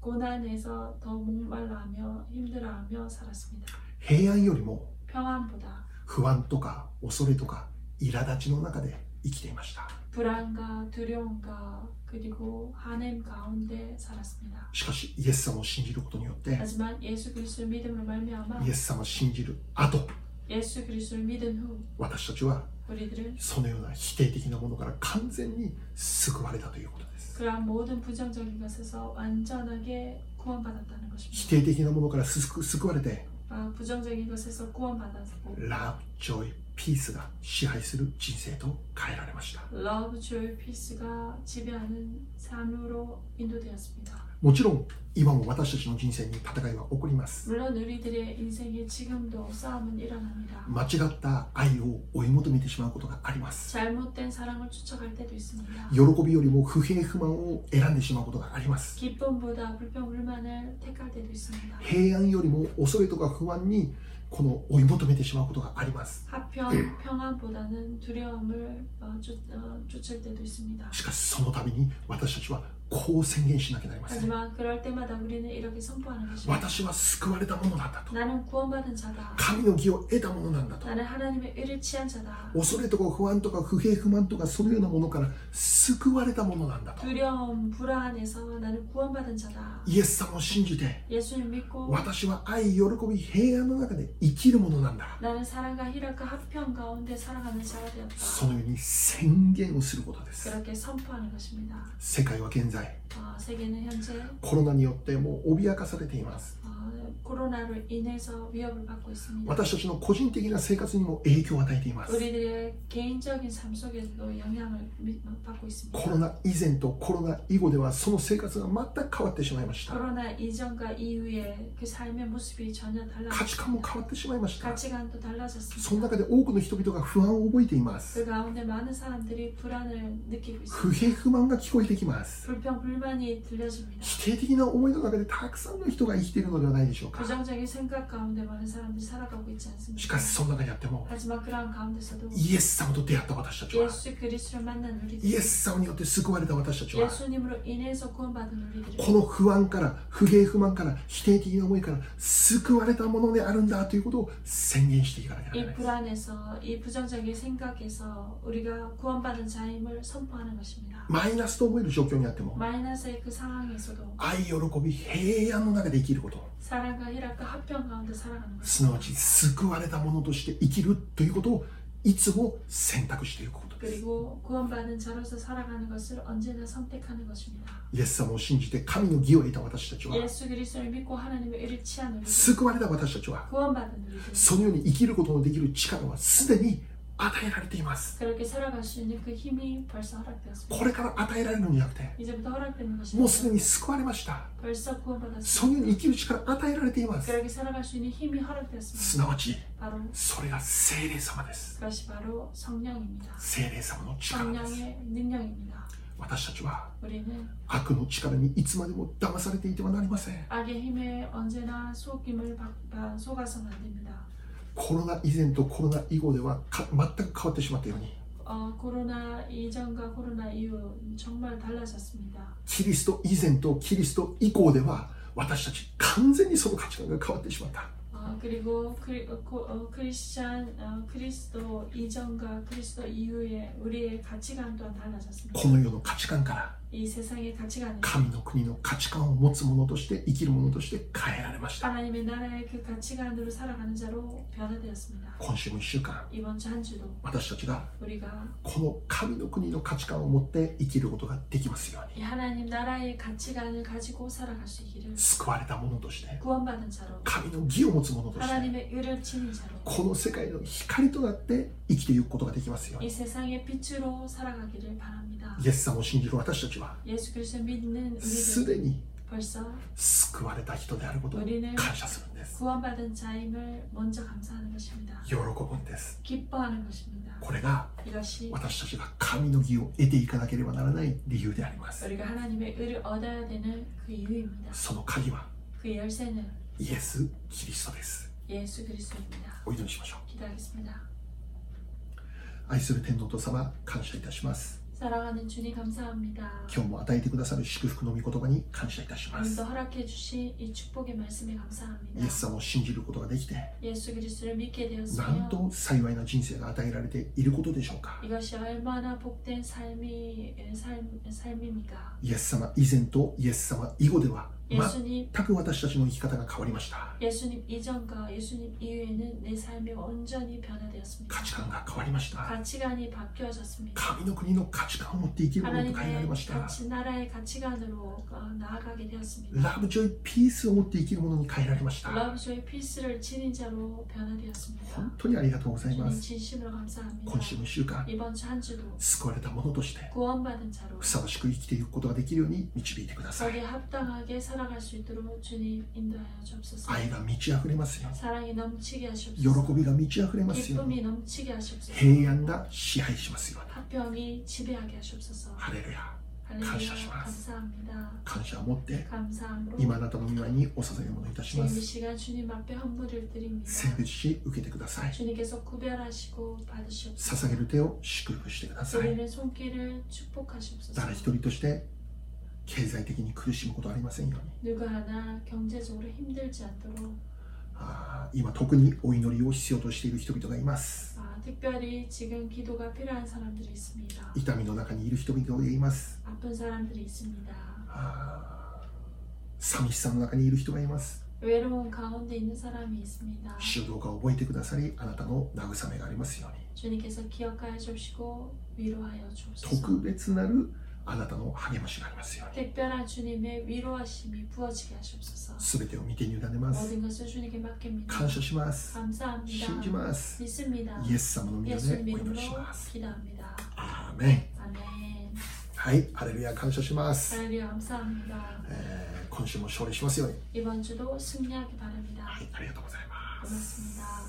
[SPEAKER 2] 고난에서 더 목말라하며 힘들어하며 살았습니다.
[SPEAKER 1] 平安よりも
[SPEAKER 2] 평안보다
[SPEAKER 1] 不安とか恐れとか苛立ちの中で生きていました
[SPEAKER 2] 불안과 두려움과 그리고 한έμ 가운데 살았습니다.
[SPEAKER 1] しかしイエス様を信じることによって
[SPEAKER 2] 하지만 예수 그리스도를 믿음을 말미암아
[SPEAKER 1] イエス様を信じる後
[SPEAKER 2] 예수 그리스도를 믿은 후
[SPEAKER 1] 私たちは
[SPEAKER 2] 우리들은
[SPEAKER 1] そのような否定的なものから完全に救われたということです。
[SPEAKER 2] 그러한 모든 부정적인 것에서 완전하게 구원받았다는
[SPEAKER 1] 否
[SPEAKER 2] 것입니다.
[SPEAKER 1] 定的なものから救救われて、
[SPEAKER 2] 아, 부정적인 것에서 구원받았고
[SPEAKER 1] ラブ、ジョイ、ピースが支配する人生と変えられました。
[SPEAKER 2] 러브 조이 피스가 지배하는 삶으로 인도되었습니다.
[SPEAKER 1] もちろん、今も私たちの人生に戦いは起こります。
[SPEAKER 2] 물론 우리들의 인생에 지금도 싸움은 일어납니다.
[SPEAKER 1] 間違った愛を追い求めてしまうことがあります。
[SPEAKER 2] 잘못된 사랑을 쫓아갈 때도 있습니다.
[SPEAKER 1] 喜びよりも不平不満を選んでしまうことがあります。
[SPEAKER 2] 기쁨보다 불평 불만을 택할 때도 있습니다.
[SPEAKER 1] 平安よりも恐れとか不安にこの追い求めてしまうことがあります。
[SPEAKER 2] 하편 [clears throat] 평안보다는 두려움을 어, 쫓, 어, 쫓을 때도 있습니다.
[SPEAKER 1] しかしその度に私たちはこう宣言しなきゃなりません。
[SPEAKER 2] 하지만 그럴 때마다 우리는 이렇게 선포하는 것입니다.
[SPEAKER 1] 私は救われたものなんだと
[SPEAKER 2] 나는 구원받은 자다.
[SPEAKER 1] 神の義を得たものなんだと
[SPEAKER 2] 나는 하나님의 의를 취한 자다.
[SPEAKER 1] 恐れとか不安とか不平不満とかそのようなものから救われたものなんだと
[SPEAKER 2] 두려움, 불안에서 나는 구원받은 자다.
[SPEAKER 1] イエス様を信じて
[SPEAKER 2] 예수님 믿고
[SPEAKER 1] 私は愛喜び平安の中で生きるものなんだ
[SPEAKER 2] 나는 사랑과 희락과 합평 가운데 살아가는 자가 되었다.
[SPEAKER 1] そのように宣言をすることです
[SPEAKER 2] 그렇게 선포하는 것입니다.
[SPEAKER 1] 世界は現在
[SPEAKER 2] 어, 세계는 현재
[SPEAKER 1] コロナによってもう脅かされています
[SPEAKER 2] 어, 코로나로 인해서 위협을 받고 있습니다.
[SPEAKER 1] 私たちの個人的な生活にも影響を与えています
[SPEAKER 2] 우리들의 개인적인 삶 속에도 영향을 미- 받고
[SPEAKER 1] コロ
[SPEAKER 2] 있습니다.
[SPEAKER 1] ナ以前とコロナ以後ではその生活が全く変わってしまいました
[SPEAKER 2] 코로나 이전과 이후에 그 삶의 모습이 전혀
[SPEAKER 1] 価値観も
[SPEAKER 2] 달라졌습니다.
[SPEAKER 1] 変わってしまいました
[SPEAKER 2] 가치관도
[SPEAKER 1] その
[SPEAKER 2] 달라졌습니다.
[SPEAKER 1] 中で多くの人々が不安を覚えています
[SPEAKER 2] 그 가운데 많은 사람들이 불안을 느끼고
[SPEAKER 1] 不
[SPEAKER 2] 있습니다.
[SPEAKER 1] 平不満が聞こえてきます
[SPEAKER 2] 불평 불만이 들려집니다.
[SPEAKER 1] 否定的な思いの中でたくさんの人が生きているのではないでしょうか
[SPEAKER 2] 부정적인 생각 가운데 많은 사람들이 살아가고 있지 않습니까?
[SPEAKER 1] しかしその中にあっても
[SPEAKER 2] 하지만 그러한 가운데서도
[SPEAKER 1] イエス様と出会った私たちは
[SPEAKER 2] 예수 그리스도를 만난
[SPEAKER 1] イエ
[SPEAKER 2] 우리들
[SPEAKER 1] ス様によって救われた私たちは
[SPEAKER 2] 예수님으로 인해서 구원받은
[SPEAKER 1] こ
[SPEAKER 2] 우리들
[SPEAKER 1] の不安から不平不満から否定的な思いから救われたものであるんだということを宣言していかなきゃならない
[SPEAKER 2] 이
[SPEAKER 1] です
[SPEAKER 2] 불안에서 이 부정적인 생각에서 우리가 구원받은 자임을 선포하는 것입니다
[SPEAKER 1] マイナスと思える状況にあっても
[SPEAKER 2] 마이너스의 그 상황에서도
[SPEAKER 1] 愛喜び平安の中で生きること
[SPEAKER 2] 사랑과 희락과 합평 가운데 살아가는 것
[SPEAKER 1] すなわち救われた者として生きるということをいつも選択していくことです
[SPEAKER 2] 그리고 구원받은 자로서 살아가는 것을 언제나 선택하는 것입니다
[SPEAKER 1] イエス様を信じて神の義を得た私たちは
[SPEAKER 2] 예수 그리스도를 믿고 하나님의 의를 취한 우리들
[SPEAKER 1] 救われた私たちは
[SPEAKER 2] 구원받은 우리들
[SPEAKER 1] そのように生きることのできる力はすでに与えられています
[SPEAKER 2] 그렇게 살아갈 수 있는 그 힘이 벌써
[SPEAKER 1] こ
[SPEAKER 2] 허락되었습니다.
[SPEAKER 1] れから与えられるのになくて
[SPEAKER 2] 이제부터 허락되는
[SPEAKER 1] もうすで
[SPEAKER 2] 것입니다.
[SPEAKER 1] に救われました
[SPEAKER 2] 벌써
[SPEAKER 1] そのよう
[SPEAKER 2] 구원받았습니다.
[SPEAKER 1] に生きる力与えられています
[SPEAKER 2] 그렇게 살아갈 수 있는 힘이 허락되었습니다.
[SPEAKER 1] すなわち
[SPEAKER 2] 바로
[SPEAKER 1] それが聖霊様です
[SPEAKER 2] 그것이 바로 성령입니다.
[SPEAKER 1] 聖霊様の力です
[SPEAKER 2] 성령의 능력입니다.
[SPEAKER 1] 私たちは
[SPEAKER 2] 우리는
[SPEAKER 1] 悪の力にいつまでも騙されていてはなりません
[SPEAKER 2] 악의 힘에 언제나 속임을 받- 받- 속아서는 안 됩니다.
[SPEAKER 1] コロナ以前とコロナ以後ではか全く変わってしまったように
[SPEAKER 2] 어, 코로나 이전과 코로나 이후 정말 달라졌습니다.
[SPEAKER 1] キリスト以前とキリスト以降では私たち完全にその価値観が変わってしまった
[SPEAKER 2] 어, 그리고 크리, 어, 코- 어, 크리스찬 어, 그리스도 이전과 그리스도 이후에 우리의 가치관 또한 달라졌습니다.
[SPEAKER 1] この世の価値観から
[SPEAKER 2] 이 세상의 가치관은
[SPEAKER 1] 神の国の価値観を持つ者として生きる者として変えられました
[SPEAKER 2] 하나님의 나라의 그 가치관으로 살아가는 자로 변화되었습니다.
[SPEAKER 1] 今週も1週間
[SPEAKER 2] 이번 주 한 주도
[SPEAKER 1] 私たちが
[SPEAKER 2] 우리가
[SPEAKER 1] この神の国の価値観を持って生きることができますよう
[SPEAKER 2] 이 하나님 나라의 가치관을 가지고 살아갈 수 있기를
[SPEAKER 1] に救われた者として
[SPEAKER 2] 구원받은 자로
[SPEAKER 1] 神の義を持つ者として
[SPEAKER 2] 하나님의 의를 지닌 자로
[SPEAKER 1] この世界の光となって生きていくことができますよう
[SPEAKER 2] 이
[SPEAKER 1] に
[SPEAKER 2] 세상의 빛으로 살아가기를 바랍니다.
[SPEAKER 1] イエス様を信じる私たちは
[SPEAKER 2] 예수 그리스도 믿는
[SPEAKER 1] す
[SPEAKER 2] 우리는
[SPEAKER 1] でに
[SPEAKER 2] 벌써
[SPEAKER 1] 救われた人であることを感謝するんです
[SPEAKER 2] 구원받은 자임을 먼저 감사하는 것입니다.
[SPEAKER 1] 喜ぶんです
[SPEAKER 2] 기뻐하는 것입니다.
[SPEAKER 1] これが
[SPEAKER 2] 이것이
[SPEAKER 1] 私たちが神の義を得ていかなければならない理由であります
[SPEAKER 2] 우리가 하나님의 의를 얻어야 되는 그 이유입니다.
[SPEAKER 1] その鍵は
[SPEAKER 2] 그 열쇠는
[SPEAKER 1] イエス・キリストです
[SPEAKER 2] 예수 그리스도입니다.
[SPEAKER 1] お祈りしましょう
[SPEAKER 2] 기도하겠습니다.
[SPEAKER 1] 愛する天皇と様感謝いたします
[SPEAKER 2] 사랑하는 주님 감사합니다.
[SPEAKER 1] 今日も与えてくださる祝福の御言葉に感謝いたします
[SPEAKER 2] 오늘도 허락해 주신 이 축복의 말씀에
[SPEAKER 1] イエ
[SPEAKER 2] 감사합니다.
[SPEAKER 1] ス様を信じることができて
[SPEAKER 2] 예수 그리스도를 믿게
[SPEAKER 1] なん
[SPEAKER 2] 되었으며
[SPEAKER 1] と幸いな人生が与えられていることでしょうか
[SPEAKER 2] 이것이 얼마나 복된 삶이 삶, 삶입니까?
[SPEAKER 1] イエス様以前とイエス様以後では全
[SPEAKER 2] 예수님
[SPEAKER 1] く私たちの生き方が変わりました
[SPEAKER 2] 예수님 이전과 예수님 이후에는 내 삶이 완전히 변화되었습니다.
[SPEAKER 1] 価値観が変わりました
[SPEAKER 2] 가치관이 바뀌어졌습니다.
[SPEAKER 1] 神の国の価値観を持って生きるものと変えられ
[SPEAKER 2] 하나님의
[SPEAKER 1] ました
[SPEAKER 2] 그 가치 나라의 가치관으로 어, 나아가게 되었습니다.
[SPEAKER 1] ラブジョイピースを持って生きるものに変えられました
[SPEAKER 2] 러브조의 피스를 지닌 자로 변화되었습니다.
[SPEAKER 1] 本当にありがとうございま
[SPEAKER 2] 주님
[SPEAKER 1] す
[SPEAKER 2] 진심으로
[SPEAKER 1] 今週
[SPEAKER 2] 감사합니다.
[SPEAKER 1] の1週間
[SPEAKER 2] 이번 주 한 주도
[SPEAKER 1] 救われた者として
[SPEAKER 2] 구원받은 자로
[SPEAKER 1] ふさわしく生きていくことができるように導いてください
[SPEAKER 2] 거기에 합당하게 살아갈 수 있도록 주님 인도하여 주옵소서.
[SPEAKER 1] 愛が満ち溢れますよ
[SPEAKER 2] 사랑이
[SPEAKER 1] 喜
[SPEAKER 2] 넘치게 하시옵소서.
[SPEAKER 1] びが満ち溢れますよ
[SPEAKER 2] 기쁨이 넘치게 하시옵소서.
[SPEAKER 1] 平安が支配しますように
[SPEAKER 2] 화평이 지배하게 하시옵소서.
[SPEAKER 1] ハレルヤ
[SPEAKER 2] 할렐루야.
[SPEAKER 1] 감사합니다.
[SPEAKER 2] 감사합니다.
[SPEAKER 1] 感謝を持って
[SPEAKER 2] 감사함으로
[SPEAKER 1] 今あなたの御前にお捧げ物いたしま
[SPEAKER 2] 지금 이
[SPEAKER 1] す
[SPEAKER 2] 시간 주님 앞에 헌물을 드립니다.
[SPEAKER 1] 選別し受けてください
[SPEAKER 2] 주님께서 구별하시고 받으시옵소서.
[SPEAKER 1] 捧げる手を祝福してください
[SPEAKER 2] 우리는 손길을 축복하시옵소서.
[SPEAKER 1] 誰一人として経済的に苦しむことはありませんように
[SPEAKER 2] 누구 하나 경제적으로 힘들지 않도록
[SPEAKER 1] あー今特にお祈りを必要としている人々がいます
[SPEAKER 2] 아, 특별히 지금 기도가 필요한 사람들이 있습니다.
[SPEAKER 1] 痛みの中にいる人々がいます
[SPEAKER 2] 아픈 사람들이 있습니다.
[SPEAKER 1] あー寂しさの中にいる人がいます。
[SPEAKER 2] 외로운 가운데 있는 사람이 있습니다.
[SPEAKER 1] 主よどうか覚えてくださり、あなたの慰めがありますように。
[SPEAKER 2] 주님께서 기억하여 주시고 위로하여 주옵소서.
[SPEAKER 1] 特別なるあなたの励ましがありますように。
[SPEAKER 2] 특별한 주님의 위로하심이 부어지게 하시옵소서.
[SPEAKER 1] すべてを見て委ねます。
[SPEAKER 2] 모든 것을 주님께 맡깁니다.
[SPEAKER 1] 感謝します。
[SPEAKER 2] 감사합니다.
[SPEAKER 1] 信じます。
[SPEAKER 2] 믿습니다.
[SPEAKER 1] イエス様の皆で
[SPEAKER 2] 예수님
[SPEAKER 1] お祈り
[SPEAKER 2] 이름으로
[SPEAKER 1] します。
[SPEAKER 2] 기도합니다.
[SPEAKER 1] アーメン。
[SPEAKER 2] 아멘.
[SPEAKER 1] はい、ハレルヤ感謝します。
[SPEAKER 2] 하나님 감사합니다.
[SPEAKER 1] えー今週も勝利しますように。
[SPEAKER 2] 이번 주도 승리하기 바랍니다.
[SPEAKER 1] はい、ありがとうございます。
[SPEAKER 2] 고맙습니다.